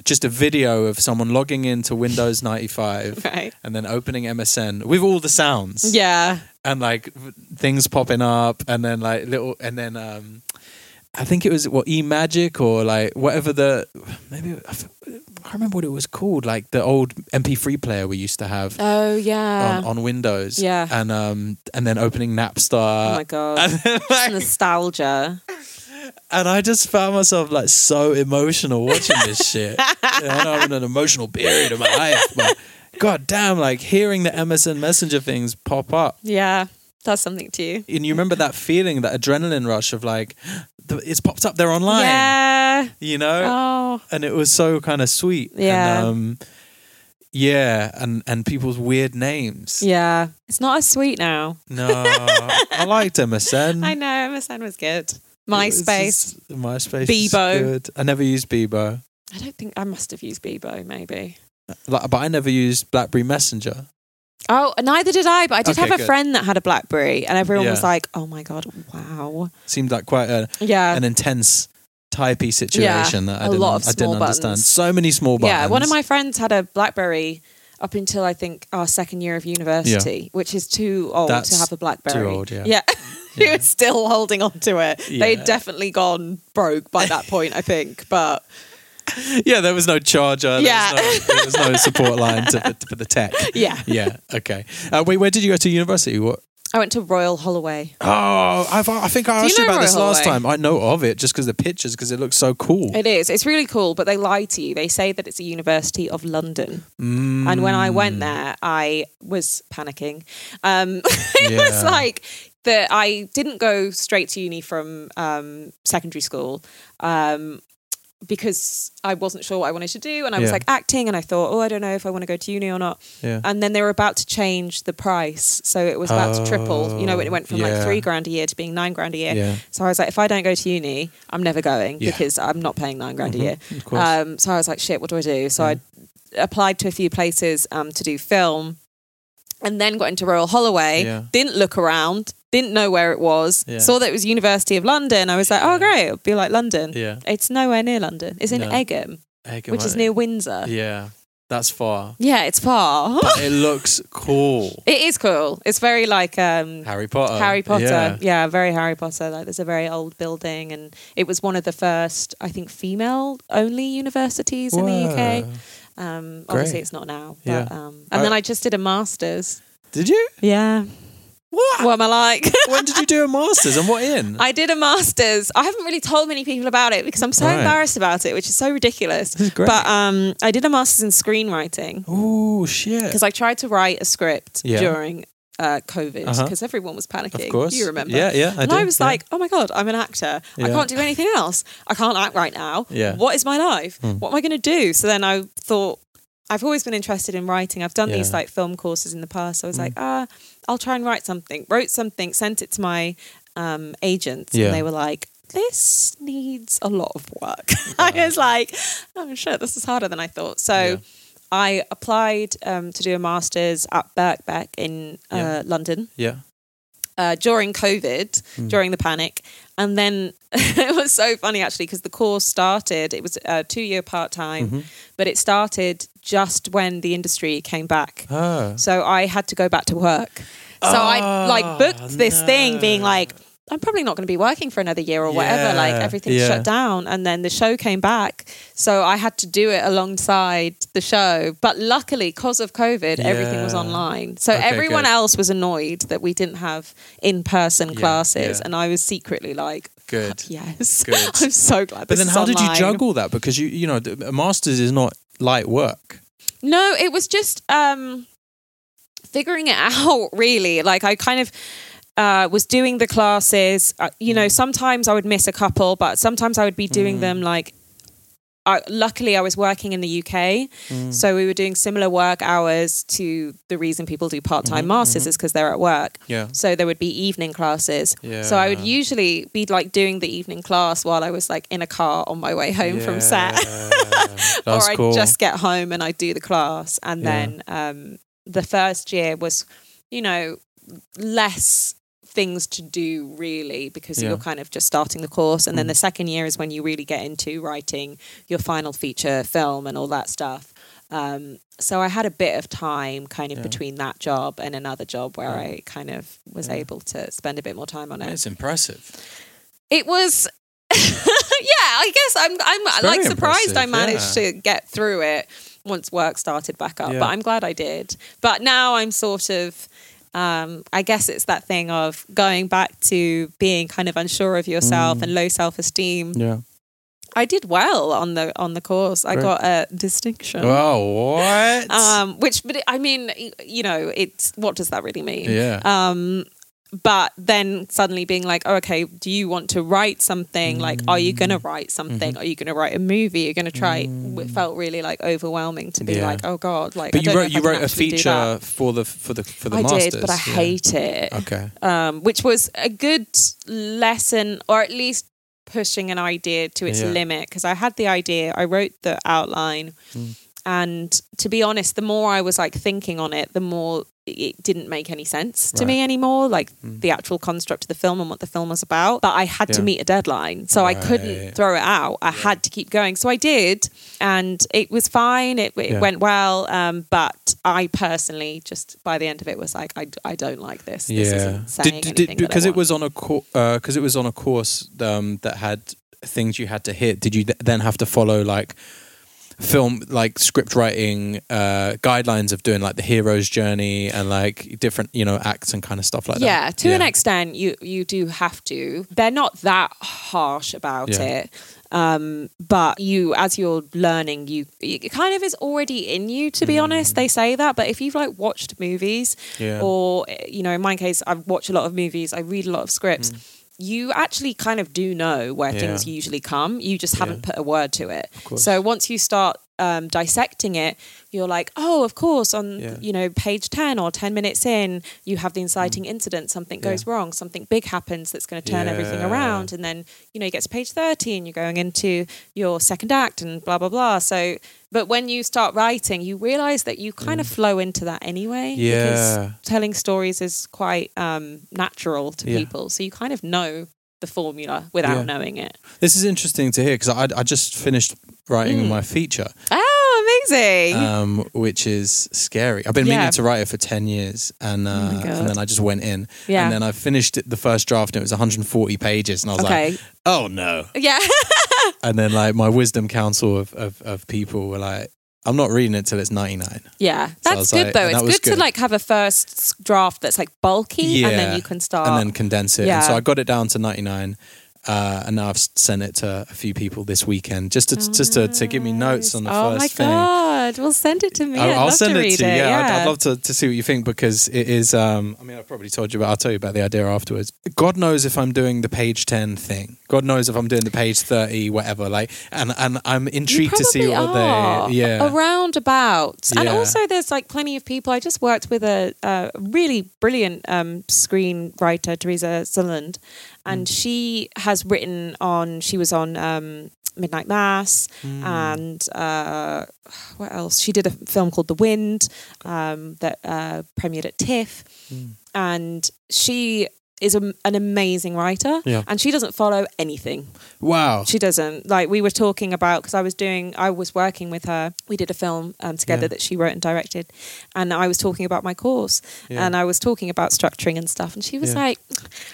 [SPEAKER 1] just a video of someone logging into Windows 95
[SPEAKER 2] Right.
[SPEAKER 1] and then opening MSN with all the sounds
[SPEAKER 2] Yeah.
[SPEAKER 1] and like v- things popping up and then like little and then um I think it was what E Magic or like whatever the maybe I f- I can't remember what it was called like the old MP3 player we used to have
[SPEAKER 2] Oh yeah.
[SPEAKER 1] on, on Windows
[SPEAKER 2] Yeah.
[SPEAKER 1] and um and then opening Napster
[SPEAKER 2] oh my god.
[SPEAKER 1] <laughs> and then, like,
[SPEAKER 2] Nostalgia.
[SPEAKER 1] and I just found myself like so emotional watching this
[SPEAKER 2] <laughs>
[SPEAKER 1] shit. You know, I'm in an emotional period of my life, but god damn, like hearing the MSN Messenger things pop up.
[SPEAKER 2] Yeah. That's something to you.
[SPEAKER 1] And you remember that feeling, that adrenaline rush of like, the- it's popped up, they're online,
[SPEAKER 2] Yeah.
[SPEAKER 1] you know?
[SPEAKER 2] Oh.
[SPEAKER 1] And it was so kind of sweet.
[SPEAKER 2] Yeah.
[SPEAKER 1] And, um, yeah. And, and people's weird names.
[SPEAKER 2] Yeah. It's not as sweet now.
[SPEAKER 1] No, I liked MSN.
[SPEAKER 2] <laughs> I know MSN was good.
[SPEAKER 1] Mm. It was
[SPEAKER 2] MySpace.
[SPEAKER 1] just- MySpace. was
[SPEAKER 2] Bebo.
[SPEAKER 1] good. I never used Bebo.
[SPEAKER 2] I don't think I must have used Bebo maybe.
[SPEAKER 1] Like, but I never used BlackBerry Messenger.
[SPEAKER 2] Oh, neither did I, but I did
[SPEAKER 1] Okay,
[SPEAKER 2] have a
[SPEAKER 1] good.
[SPEAKER 2] friend that had a Blackberry and everyone
[SPEAKER 1] Yeah.
[SPEAKER 2] was like, "Oh my god, wow."
[SPEAKER 1] Seemed like quite a,
[SPEAKER 2] Yeah.
[SPEAKER 1] an intense typey situation that I
[SPEAKER 2] Uh, a
[SPEAKER 1] didn't,
[SPEAKER 2] lot of
[SPEAKER 1] I didn't
[SPEAKER 2] small
[SPEAKER 1] understand.
[SPEAKER 2] buttons.
[SPEAKER 1] So many small buttons.
[SPEAKER 2] Yeah, one of my friends had a BlackBerry up until I think our second year of university, which is too old to
[SPEAKER 1] That's
[SPEAKER 2] have a BlackBerry.
[SPEAKER 1] too old, yeah.
[SPEAKER 2] yeah. <laughs> He
[SPEAKER 1] Yeah.
[SPEAKER 2] was still holding on to it. They'd
[SPEAKER 1] Yeah.
[SPEAKER 2] definitely gone broke by that point, I think. But
[SPEAKER 1] yeah, there was no charger.
[SPEAKER 2] Yeah.
[SPEAKER 1] There was no, there was
[SPEAKER 2] <laughs>
[SPEAKER 1] no support line to, for the tech.
[SPEAKER 2] yeah,
[SPEAKER 1] Yeah. Okay. Uh, wait, where did you go to university? What?
[SPEAKER 2] I went to Royal Holloway.
[SPEAKER 1] Oh, I've, I think I
[SPEAKER 2] Do you
[SPEAKER 1] asked you,
[SPEAKER 2] know
[SPEAKER 1] about this
[SPEAKER 2] Royal
[SPEAKER 1] last
[SPEAKER 2] Holloway?
[SPEAKER 1] time. I know of it just because the pictures, because it looks so cool.
[SPEAKER 2] It is. It's really cool, but they lie to you. They say that it's a University of London.
[SPEAKER 1] Mm,
[SPEAKER 2] And when I went there, I was panicking. Um, <laughs> it was
[SPEAKER 1] Yeah.
[SPEAKER 2] like that. I didn't go straight to uni from um, secondary school. Um, because I wasn't sure what I wanted to do, and I was
[SPEAKER 1] Yeah.
[SPEAKER 2] like acting, and I thought, oh, I don't know if I want to go to uni or not.
[SPEAKER 1] Yeah.
[SPEAKER 2] And then they were about to change the price, so it was about to triple. You know, it went from
[SPEAKER 1] yeah.
[SPEAKER 2] like three grand a year to being nine grand a year.
[SPEAKER 1] Oh, Yeah.
[SPEAKER 2] So I was like, if I don't go to uni, I'm never going
[SPEAKER 1] Yeah. Mm-hmm.
[SPEAKER 2] because I'm not paying nine grand a year.
[SPEAKER 1] of course.
[SPEAKER 2] Um, so I was like, shit, what do I do? So I applied to a few places um, to do film and then got into Royal Holloway.
[SPEAKER 1] Yeah.
[SPEAKER 2] Didn't look around, didn't know where it was.
[SPEAKER 1] Yeah.
[SPEAKER 2] Saw that it was University of London. I was like, oh, great, it'll be like London.
[SPEAKER 1] Yeah.
[SPEAKER 2] It's nowhere near London. It's in
[SPEAKER 1] No.
[SPEAKER 2] Egham,
[SPEAKER 1] Heck, am
[SPEAKER 2] which is
[SPEAKER 1] I-
[SPEAKER 2] near Windsor. Yeah,
[SPEAKER 1] Yeah. That's
[SPEAKER 2] <gasps>
[SPEAKER 1] far.
[SPEAKER 2] it's far.
[SPEAKER 1] But it looks cool.
[SPEAKER 2] <laughs> it is cool. It's very like um,
[SPEAKER 1] Harry Potter.
[SPEAKER 2] Harry Potter.
[SPEAKER 1] Uh, Yeah.
[SPEAKER 2] Yeah. very Harry Potter. Like there's a very old building and it was one of the first, I think, female only universities in the
[SPEAKER 1] Whoa.
[SPEAKER 2] UK. Um
[SPEAKER 1] Great.
[SPEAKER 2] obviously it's not now. But
[SPEAKER 1] Yeah.
[SPEAKER 2] um and
[SPEAKER 1] I-
[SPEAKER 2] then I just did a masters.
[SPEAKER 1] Did you?
[SPEAKER 2] Yeah.
[SPEAKER 1] What?
[SPEAKER 2] What am I like?
[SPEAKER 1] <laughs> when did you do a master's and what in?
[SPEAKER 2] <laughs> I did a masters. I haven't really told many people about it because I'm so
[SPEAKER 1] Right.
[SPEAKER 2] embarrassed about it, which is so ridiculous.
[SPEAKER 1] This is great.
[SPEAKER 2] But um I did a masters in screenwriting
[SPEAKER 1] oh shit!
[SPEAKER 2] because I tried to write a script
[SPEAKER 1] Yeah.
[SPEAKER 2] during uh, COVID because
[SPEAKER 1] Uh-huh.
[SPEAKER 2] everyone was panicking.
[SPEAKER 1] Of course.
[SPEAKER 2] you remember?
[SPEAKER 1] Yeah, yeah, I
[SPEAKER 2] and
[SPEAKER 1] do,
[SPEAKER 2] I was
[SPEAKER 1] yeah.
[SPEAKER 2] like, oh my god, I'm an actor. I
[SPEAKER 1] Yeah.
[SPEAKER 2] can't do anything else. I can't act right now.
[SPEAKER 1] Yeah. Hmm.
[SPEAKER 2] What is my life? What am I going to do? So then I thought, I've always been interested in writing. I've done these
[SPEAKER 1] Yeah. Hmm.
[SPEAKER 2] like film courses in the past. I was like, ah, I'll try and write something. Wrote something, sent it to my um, agents,
[SPEAKER 1] Yeah.
[SPEAKER 2] and they were like. This needs a lot of work. <laughs> I was like, oh shit, this is harder than I thought. So
[SPEAKER 1] Yeah.
[SPEAKER 2] I applied um, to do a master's at Birkbeck in uh,
[SPEAKER 1] Yeah.
[SPEAKER 2] London
[SPEAKER 1] yeah,
[SPEAKER 2] uh, during COVID, during the panic. And then <laughs> it was so funny actually because the course started, it was a two year part time, but it started just when the industry came back.
[SPEAKER 1] oh,
[SPEAKER 2] So I had to go back to work. So I
[SPEAKER 1] Ah,
[SPEAKER 2] like booked this thing being like, I'm probably not going to be working for another year or whatever. Like
[SPEAKER 1] Yeah,
[SPEAKER 2] everything's
[SPEAKER 1] yeah.
[SPEAKER 2] shut down. And then the show came back. So I had to do it alongside the show. But luckily, because of COVID, everything was
[SPEAKER 1] Yeah.
[SPEAKER 2] online. So
[SPEAKER 1] Okay,
[SPEAKER 2] everyone
[SPEAKER 1] good.
[SPEAKER 2] else was annoyed that we didn't have in person classes.
[SPEAKER 1] yeah.
[SPEAKER 2] And I was secretly like,
[SPEAKER 1] good.
[SPEAKER 2] yes,
[SPEAKER 1] Good.
[SPEAKER 2] <laughs> I'm so glad.
[SPEAKER 1] But
[SPEAKER 2] this
[SPEAKER 1] then,
[SPEAKER 2] is
[SPEAKER 1] how did you
[SPEAKER 2] online.
[SPEAKER 1] juggle that? Because you, you know, th- a master's is not light work.
[SPEAKER 2] No, it was just um figuring it <laughs> out really. Like I kind of uh, was doing the
[SPEAKER 1] Mm.
[SPEAKER 2] classes. Uh, you know, sometimes I would miss a couple, but sometimes I would be doing them like I, luckily, I was working in the UK,
[SPEAKER 1] Mm.
[SPEAKER 2] so we were doing similar work hours to the reason people do part time masters is because they're at work.
[SPEAKER 1] Mm-hmm, Yeah.
[SPEAKER 2] So there would be evening classes. So I would
[SPEAKER 1] Yeah.
[SPEAKER 2] usually be like doing the evening class while I was like in a car on my way home from set, <laughs> or
[SPEAKER 1] <laughs> That's
[SPEAKER 2] I'd
[SPEAKER 1] cool.
[SPEAKER 2] just get home and I'd do the class. And
[SPEAKER 1] Yeah.
[SPEAKER 2] then um, the first year was, you know, less things to do really because
[SPEAKER 1] Yeah. Mm.
[SPEAKER 2] you're kind of just starting the course and then the second year is when you really get into writing your final feature film and all that stuff um, so i had a bit of time kind of
[SPEAKER 1] Yeah.
[SPEAKER 2] between that job and another job where i kind of was able to spend a bit more time on it
[SPEAKER 1] It's impressive.
[SPEAKER 2] it was <laughs> yeah i guess i'm i'm
[SPEAKER 1] very
[SPEAKER 2] like surprised i
[SPEAKER 1] impressive,
[SPEAKER 2] managed
[SPEAKER 1] yeah.
[SPEAKER 2] to get through it once work started back up
[SPEAKER 1] Yeah.
[SPEAKER 2] but i'm glad i did but now i'm sort of um, I guess it's that thing of going back to being kind of unsure of
[SPEAKER 1] Mm.
[SPEAKER 2] yourself and low self esteem.
[SPEAKER 1] Yeah.
[SPEAKER 2] I did well on the on the course. I
[SPEAKER 1] Great.
[SPEAKER 2] got a distinction.
[SPEAKER 1] Oh, what?
[SPEAKER 2] Um, which, but it- I mean, y- you know, it's what does that really mean?
[SPEAKER 1] Yeah.
[SPEAKER 2] Um, but then suddenly being like, oh, okay, do you want to write something? Like, are you going to
[SPEAKER 1] Mm.
[SPEAKER 2] write
[SPEAKER 1] Mm-hmm.
[SPEAKER 2] something? Are you going to write a movie? You're going to try. It felt really like overwhelming to be
[SPEAKER 1] Yeah.
[SPEAKER 2] like, oh god, like. I
[SPEAKER 1] but you
[SPEAKER 2] don't know
[SPEAKER 1] wrote
[SPEAKER 2] if
[SPEAKER 1] you
[SPEAKER 2] I can
[SPEAKER 1] wrote a
[SPEAKER 2] actually do
[SPEAKER 1] feature
[SPEAKER 2] that.
[SPEAKER 1] for the for the for the
[SPEAKER 2] I
[SPEAKER 1] masters.
[SPEAKER 2] did, but I
[SPEAKER 1] yeah.
[SPEAKER 2] hate it
[SPEAKER 1] Okay.
[SPEAKER 2] um, which was a good lesson, or at least pushing an idea to its
[SPEAKER 1] Yeah.
[SPEAKER 2] limit. Because I had the idea, I wrote the outline,
[SPEAKER 1] Hmm.
[SPEAKER 2] and to be honest, the more I was like thinking on it, the more it didn't make any sense to me anymore. Like the actual construct of the film and what the film was about. But I had to
[SPEAKER 1] Hmm. Yeah.
[SPEAKER 2] meet a deadline, so I couldn't
[SPEAKER 1] Right.
[SPEAKER 2] throw it out. I had to keep going, so I did, and it was fine. It, it
[SPEAKER 1] Yeah.
[SPEAKER 2] went well, um, but I personally just by the end of it was like, I, I don't like this. This
[SPEAKER 1] Yeah.
[SPEAKER 2] isn't saying anything that I
[SPEAKER 1] because it
[SPEAKER 2] want.
[SPEAKER 1] was on a because it was on a course um, that had things you had to hit. Did you th- then have to follow like film like script writing uh, guidelines of doing like the hero's journey and like different you know acts and kind of stuff like that?
[SPEAKER 2] yeah, to an extent, you you do have to. They're not that harsh about
[SPEAKER 1] Yeah.
[SPEAKER 2] it, um, but you, as you're learning, you it kind of is already in you. To be honest, they say that, but if you've like watched movies,
[SPEAKER 1] Mm. Yeah.
[SPEAKER 2] or you know, in my case, I watch a lot of movies, I read a lot of scripts. You actually kind of do know where
[SPEAKER 1] Mm. Yeah.
[SPEAKER 2] things usually come. You just haven't put a word to it.
[SPEAKER 1] course.
[SPEAKER 2] So once you start um, dissecting it, you're like, oh, of course, on
[SPEAKER 1] Yeah.
[SPEAKER 2] you know page ten or ten minutes in, you have the inciting
[SPEAKER 1] Mm.
[SPEAKER 2] incident. Something goes wrong. Something big happens that's going to turn everything
[SPEAKER 1] Yeah.
[SPEAKER 2] around. And then you know you get to page thirty, and you're going into your second act, and blah blah blah. So, but when you start writing, you realize that you kind of flow into that anyway.
[SPEAKER 1] Mm. Yeah.
[SPEAKER 2] because telling stories is quite um, natural to
[SPEAKER 1] Yeah.
[SPEAKER 2] people, so you kind of know the formula without
[SPEAKER 1] Yeah.
[SPEAKER 2] knowing it.
[SPEAKER 1] This is interesting to hear because I, I just finished writing
[SPEAKER 2] Hmm.
[SPEAKER 1] my feature,
[SPEAKER 2] Oh, amazing!
[SPEAKER 1] um, which is scary. I've been
[SPEAKER 2] Yeah. Oh
[SPEAKER 1] meaning to write it for 10 years and, uh,
[SPEAKER 2] God.
[SPEAKER 1] and then I just went in.
[SPEAKER 2] Yeah.
[SPEAKER 1] And then I finished it, the first draft and it was 140 pages. And I was
[SPEAKER 2] Okay.
[SPEAKER 1] like, oh no.
[SPEAKER 2] yeah.
[SPEAKER 1] And then like my wisdom council of, of, of people were like, I'm not reading it till it's 99.
[SPEAKER 2] Yeah,
[SPEAKER 1] I was
[SPEAKER 2] that's good
[SPEAKER 1] like-
[SPEAKER 2] though.
[SPEAKER 1] and
[SPEAKER 2] It's
[SPEAKER 1] that was
[SPEAKER 2] good,
[SPEAKER 1] good.
[SPEAKER 2] to like have a first s- draft that's like bulky,
[SPEAKER 1] Yeah.
[SPEAKER 2] and then you can start.
[SPEAKER 1] And then condense it. And so
[SPEAKER 2] Yeah.
[SPEAKER 1] I got it down to 99. Uh, and now I've s- sent it to a few people this weekend just to, just to, to give me notes on the
[SPEAKER 2] oh
[SPEAKER 1] first
[SPEAKER 2] my
[SPEAKER 1] thing.
[SPEAKER 2] god! Well, send it to me.
[SPEAKER 1] I'll,
[SPEAKER 2] I'd
[SPEAKER 1] I'll
[SPEAKER 2] love
[SPEAKER 1] send
[SPEAKER 2] to
[SPEAKER 1] it
[SPEAKER 2] read
[SPEAKER 1] to you.
[SPEAKER 2] It.
[SPEAKER 1] Yeah, I'd, I'd love to, to see what you think because it is. Um, I mean, I've probably told you, but I'll tell you about the idea afterwards. God knows if I'm doing the page ten thing. God knows if I'm doing the page thirty, whatever. Like, and and I'm
[SPEAKER 2] You
[SPEAKER 1] intrigued to see
[SPEAKER 2] probably
[SPEAKER 1] what
[SPEAKER 2] are.
[SPEAKER 1] they. Yeah,
[SPEAKER 2] Around about. And
[SPEAKER 1] Yeah.
[SPEAKER 2] also, there's like plenty of people. I just worked with a, a really brilliant um, screenwriter, Teresa Sutherland, and
[SPEAKER 1] Hmm.
[SPEAKER 2] she has written on, she was on um, Midnight Mass
[SPEAKER 1] Hmm.
[SPEAKER 2] and uh, what else? She did a film called The Wind um, that uh, premiered at TIFF.
[SPEAKER 1] Hmm.
[SPEAKER 2] And she is a, an amazing writer
[SPEAKER 1] Yeah.
[SPEAKER 2] and she doesn't follow anything
[SPEAKER 1] wow.
[SPEAKER 2] she doesn't. Like we were talking about because I was doing, I was working with her. We did a film um, together
[SPEAKER 1] Yeah.
[SPEAKER 2] that she wrote and directed, and I was talking about my course
[SPEAKER 1] Yeah.
[SPEAKER 2] and I was talking about structuring and stuff, and she was
[SPEAKER 1] Yeah.
[SPEAKER 2] like,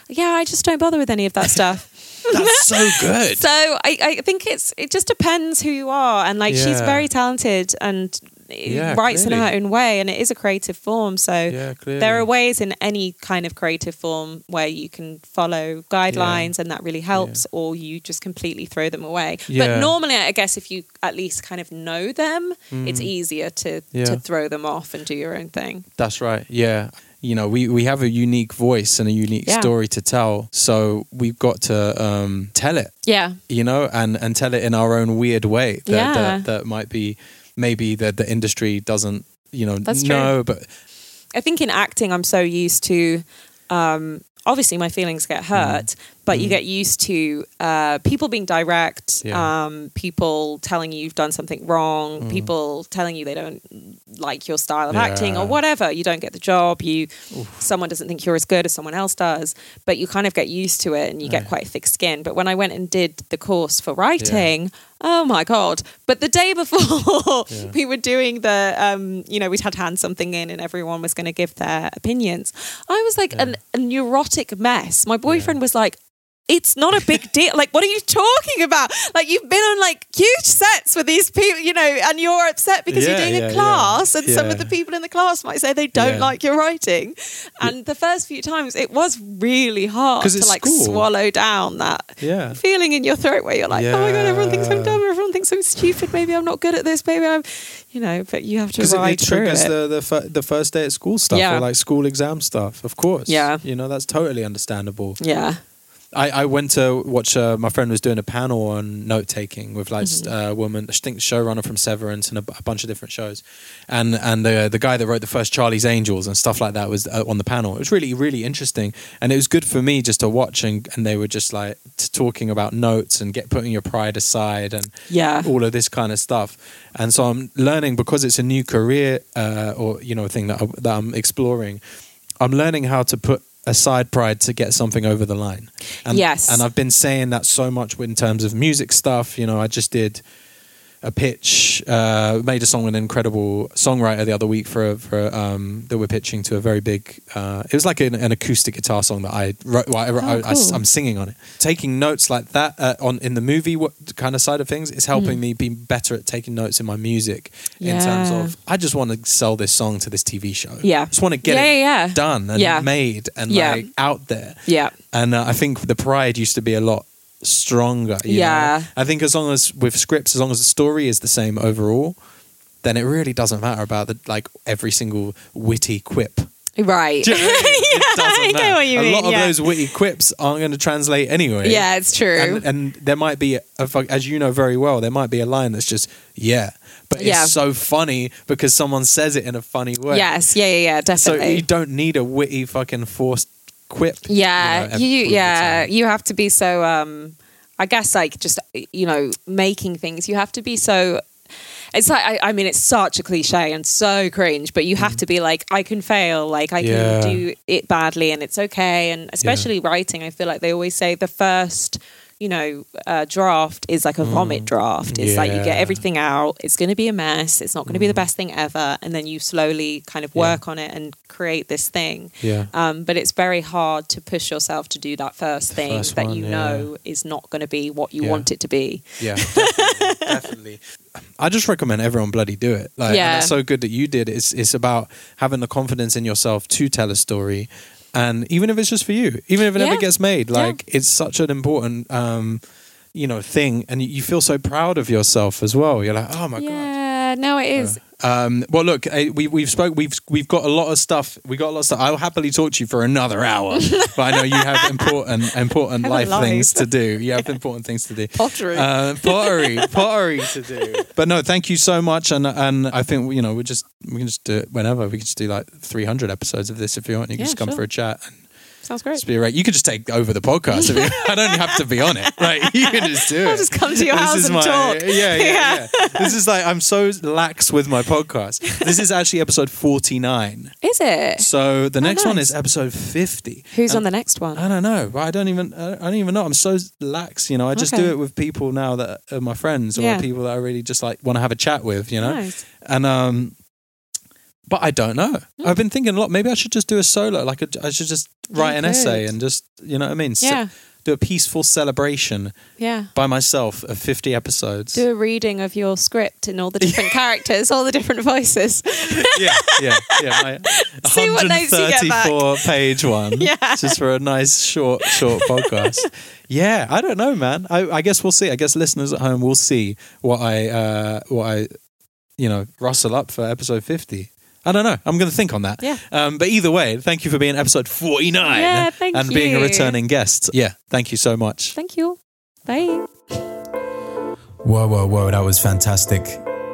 [SPEAKER 2] "Yeah, I just don't bother with any of that
[SPEAKER 1] <laughs>
[SPEAKER 2] stuff." <laughs>
[SPEAKER 1] That's so good.
[SPEAKER 2] so I, I think it's it just depends who you are, and like she's
[SPEAKER 1] Yeah.
[SPEAKER 2] very talented and eh,
[SPEAKER 1] Yeah,
[SPEAKER 2] writes in her
[SPEAKER 1] clearly.
[SPEAKER 2] own way, and it is a creative form. So
[SPEAKER 1] Yeah, clearly.
[SPEAKER 2] there are ways in any kind of creative form where you can follow guidelines and that really helps or you just completely throw them away
[SPEAKER 1] Yeah.
[SPEAKER 2] but normally i guess if you at least kind of know them it's easier to
[SPEAKER 1] Mm. Yeah.
[SPEAKER 2] to throw them off and do your own thing
[SPEAKER 1] That's right. Yeah. you know, we, we have a unique voice and a unique
[SPEAKER 2] Yeah.
[SPEAKER 1] story to tell. So we've got to um, tell it,
[SPEAKER 2] Yeah.
[SPEAKER 1] you know, and, and tell it in our own weird way that,
[SPEAKER 2] Yeah.
[SPEAKER 1] that, that might be maybe that the industry doesn't, you know,
[SPEAKER 2] That's true.
[SPEAKER 1] know, but
[SPEAKER 2] I think in acting, I'm so used to. Um, obviously, my feelings get
[SPEAKER 1] Mm.
[SPEAKER 2] hurt, but you get used to uh, people being direct,
[SPEAKER 1] Yeah. Mm.
[SPEAKER 2] um, people telling you you've done something wrong, people telling you they don't like your style of acting
[SPEAKER 1] Yeah.
[SPEAKER 2] or whatever. You don't get the job. You someone doesn't think you're as good as someone else does, but you kind of get used to it and you get quite thick skin. But when I went and did the course for writing, oh my god! But the day <laughs> before we were doing the, um, you know, we'd had hand something in and everyone was going to give their opinions. I was like an, a neurotic mess. My boyfriend was like. It's not a big deal. Like, what are you talking about? Like, you've been on like huge sets with these people, you know, and you're upset because
[SPEAKER 1] Yeah,
[SPEAKER 2] you're doing
[SPEAKER 1] yeah, yeah.
[SPEAKER 2] a class, and some
[SPEAKER 1] Yeah.
[SPEAKER 2] of the people in the class might say they don't
[SPEAKER 1] Yeah.
[SPEAKER 2] like your writing. And the first few times, it was really hard
[SPEAKER 1] 'Cause
[SPEAKER 2] to
[SPEAKER 1] it's
[SPEAKER 2] like
[SPEAKER 1] school.
[SPEAKER 2] swallow down that
[SPEAKER 1] Yeah.
[SPEAKER 2] feeling in your throat where you're like, oh my god, everyone thinks I'm
[SPEAKER 1] Yeah.
[SPEAKER 2] dumb, everyone thinks I'm stupid, maybe I'm not good at this, maybe I'm, you know. But you have to
[SPEAKER 1] because it, it
[SPEAKER 2] ride through
[SPEAKER 1] triggers
[SPEAKER 2] it.
[SPEAKER 1] the the, fir- the first day at school stuff
[SPEAKER 2] Yeah.
[SPEAKER 1] or like school exam stuff. Of course,
[SPEAKER 2] Yeah.
[SPEAKER 1] you know that's totally understandable.
[SPEAKER 2] yeah,
[SPEAKER 1] I, I went to watch uh, my friend was doing a panel on note taking with like a woman, I think showrunner from Severance and a, b- a bunch of different shows, and and uh, the the guy that wrote the first Charlie's Angels and stuff like that was uh, on the panel. It was really really interesting, and it was good for me just to watch and and they were just like t- talking about notes and get putting your pride aside and
[SPEAKER 2] Yeah.
[SPEAKER 1] all of this kind of stuff. And so I'm learning because it's a new career uh, or you know thing that I, that I'm exploring. I'm learning how to put aside pride to get something over the line. And,
[SPEAKER 2] Yes.
[SPEAKER 1] And I've been saying that so much in terms of music stuff. You know, I just did a pitch, uh, made a song with an incredible songwriter the other week for, a- for a, um, that we're pitching to a very big. Uh, it was like an, an acoustic guitar song that I wrote. Well, I, wrote- I, I,
[SPEAKER 2] Oh, cool.
[SPEAKER 1] am singing on it. Taking notes like that uh, on in the movie what, kind of side of things is helping
[SPEAKER 2] Hmm.
[SPEAKER 1] me be better at taking notes in my music. In terms
[SPEAKER 2] Yeah.
[SPEAKER 1] of, I just want to sell this song to this TV show.
[SPEAKER 2] Yeah.
[SPEAKER 1] just want to get
[SPEAKER 2] Yeah,
[SPEAKER 1] it
[SPEAKER 2] yeah, yeah.
[SPEAKER 1] done and
[SPEAKER 2] Yeah.
[SPEAKER 1] made and
[SPEAKER 2] Yeah.
[SPEAKER 1] like out there.
[SPEAKER 2] yeah,
[SPEAKER 1] And uh, I think the pride used to be a lot stronger. you know?
[SPEAKER 2] Yeah.
[SPEAKER 1] I think as long as with scripts, as long as the story is the same overall, then it really doesn't matter about the like every single witty quip.
[SPEAKER 2] <laughs>
[SPEAKER 1] <laughs>
[SPEAKER 2] right.
[SPEAKER 1] Do you know what I mean? It doesn't
[SPEAKER 2] I get what you
[SPEAKER 1] matter.
[SPEAKER 2] mean,
[SPEAKER 1] A lot of
[SPEAKER 2] yeah.
[SPEAKER 1] those witty quips aren't going to translate anyway.
[SPEAKER 2] yeah, it's true.
[SPEAKER 1] And, and there might be, a, fu- as you know very well, there might be a line that's just, yeah, but
[SPEAKER 2] Yeah.
[SPEAKER 1] it's so funny because someone says it in a funny way.
[SPEAKER 2] yes, yeah, yeah, yeah,
[SPEAKER 1] So
[SPEAKER 2] definitely.
[SPEAKER 1] you don't need a witty fucking forced quip. you
[SPEAKER 2] Yeah,
[SPEAKER 1] know,
[SPEAKER 2] you,
[SPEAKER 1] all the
[SPEAKER 2] yeah,
[SPEAKER 1] time.
[SPEAKER 2] you have to be so um I guess like just you know, making things. You have to be so it's like I, I mean it's such a cliche and so cringe, but you have to be like, I can fail, like I
[SPEAKER 1] Mm. Yeah.
[SPEAKER 2] can do it badly and it's okay. And especially writing, I feel like they always say the first you know, uh, draft is like a vomit draft. It's like
[SPEAKER 1] Mm.
[SPEAKER 2] you
[SPEAKER 1] Yeah. Mm.
[SPEAKER 2] get everything out. It's going to be a mess. It's not going to be the best thing ever. And then you slowly kind of work on it and create this thing.
[SPEAKER 1] Yeah.
[SPEAKER 2] Um, but it's very hard to push yourself to do that first thing
[SPEAKER 1] first
[SPEAKER 2] that
[SPEAKER 1] one,
[SPEAKER 2] you
[SPEAKER 1] yeah.
[SPEAKER 2] know is not going to be what you
[SPEAKER 1] Yeah.
[SPEAKER 2] want it to be. <laughs>
[SPEAKER 1] Yeah, definitely, definitely. I just recommend everyone bloody do it. Like,
[SPEAKER 2] Yeah.
[SPEAKER 1] and it's so good that you did. It's it's about having the confidence in yourself to tell a story, and even if it's just for you, even if it never
[SPEAKER 2] Yeah.
[SPEAKER 1] gets made,
[SPEAKER 2] Yeah.
[SPEAKER 1] like it's such an important, um, you know, thing, and you- you feel so proud of yourself as well. You're like, oh my god.
[SPEAKER 2] yeah, no, it is.
[SPEAKER 1] Um, well, look, eh, we, we've spoke. We've we've got a lot of stuff. We got a lot of stuff. I'll happily talk to you for another
[SPEAKER 2] <laughs>
[SPEAKER 1] hour, but I know you have important important
[SPEAKER 2] Have a
[SPEAKER 1] life
[SPEAKER 2] life.
[SPEAKER 1] things to do. You have important things to do.
[SPEAKER 2] Pottery.
[SPEAKER 1] uh,
[SPEAKER 2] <laughs>
[SPEAKER 1] pottery, pottery to do. But no, thank you so much. And and I think you know we just we can just do it whenever. We can just do like three hundred episodes of this if you want. You can
[SPEAKER 2] Yeah,
[SPEAKER 1] just come
[SPEAKER 2] sure.
[SPEAKER 1] for a chat. And,
[SPEAKER 2] Sounds great.
[SPEAKER 1] just be right. You could just take over the podcast. If
[SPEAKER 2] <laughs>
[SPEAKER 1] you, I don't have to be on it. Like you can just do it.
[SPEAKER 2] I'll just come to your house and talk.
[SPEAKER 1] Yeah, yeah, yeah, This is like I'm so lax with my podcast. This is actually episode 49.
[SPEAKER 2] Is it?
[SPEAKER 1] So the next one
[SPEAKER 2] Oh, nice.
[SPEAKER 1] is episode 50.
[SPEAKER 2] Who's on the next one?
[SPEAKER 1] I don't know. but I don't even. I don't even know. I'm so lax. You know, I just
[SPEAKER 2] Okay.
[SPEAKER 1] do it with people now that are my friends or
[SPEAKER 2] Yeah.
[SPEAKER 1] people that I really just like want to have a chat with. You know,
[SPEAKER 2] Nice.
[SPEAKER 1] and um, but I don't know.
[SPEAKER 2] Hmm.
[SPEAKER 1] I've been thinking a lot. Maybe I should just do a solo. Like a, I should just write an essay
[SPEAKER 2] could.
[SPEAKER 1] and just you know what I mean. Se-
[SPEAKER 2] Yeah.
[SPEAKER 1] do a peaceful celebration
[SPEAKER 2] Yeah.
[SPEAKER 1] by myself of 50 episodes.
[SPEAKER 2] Do a reading of your script
[SPEAKER 1] <laughs>
[SPEAKER 2] and all the different characters, all the different voices. <laughs>
[SPEAKER 1] yeah, yeah, yeah. My
[SPEAKER 2] See what notes you get back.
[SPEAKER 1] 134 page one.
[SPEAKER 2] <laughs> Yeah.
[SPEAKER 1] Just for a nice short, short podcast. yeah, I don't know, man. I, I guess we'll see. I guess listeners at home will see what I, uh, what I, you know, rustle up for episode 50.
[SPEAKER 4] I don't know. I'm going to think on that.
[SPEAKER 2] Yeah.
[SPEAKER 4] Um, but either way, thank you for being episode 49
[SPEAKER 2] Yeah, thank
[SPEAKER 4] and being a
[SPEAKER 2] you.
[SPEAKER 4] returning guest. Yeah, thank you so much.
[SPEAKER 2] Thank you. Bye.
[SPEAKER 1] Whoa, whoa, whoa, that was fantastic.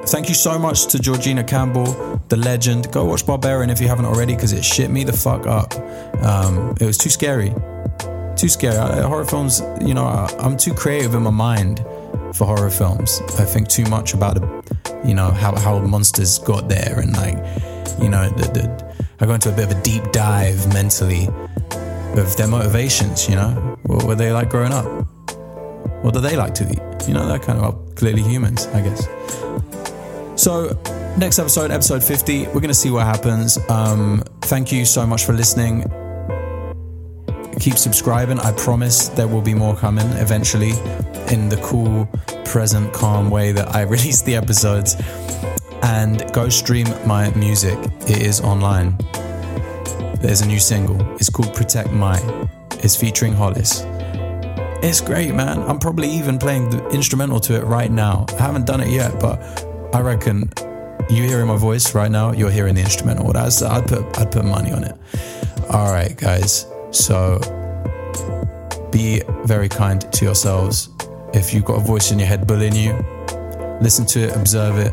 [SPEAKER 1] Thank you so much to Georgina Campbell, the legend. Go watch Barbarian if you haven't already, because it shit me the fuck up. Um, it was too scary. Too scary. I, horror films, you know, I, I'm too creative in my mind for horror films. I think too much about, the, you know, how, how monsters got there and, like, you know, the, the, I go into a bit of a deep dive mentally of their motivations, you know? What were they like growing up? What do they like to eat? You know, that kind of well, clearly humans, I guess. So, next episode, episode 50, we're going to see what happens. Um, thank you so much for listening. Keep subscribing. I promise there will be more coming eventually in the cool, present, calm way that I <laughs> release the episodes. And go stream my music, it is online. There's a new single. It's called Protect My. It's featuring Hollis. It's great, man. I'm probably even playing the instrumental to it right now. I haven't done it yet, but I reckon you hearing my voice right now, you're hearing the instrumental. That's, I'd put I'd put money on it. All right, guys. So be very kind to yourselves. If you've got a voice in your head bullying you, listen to it, observe it,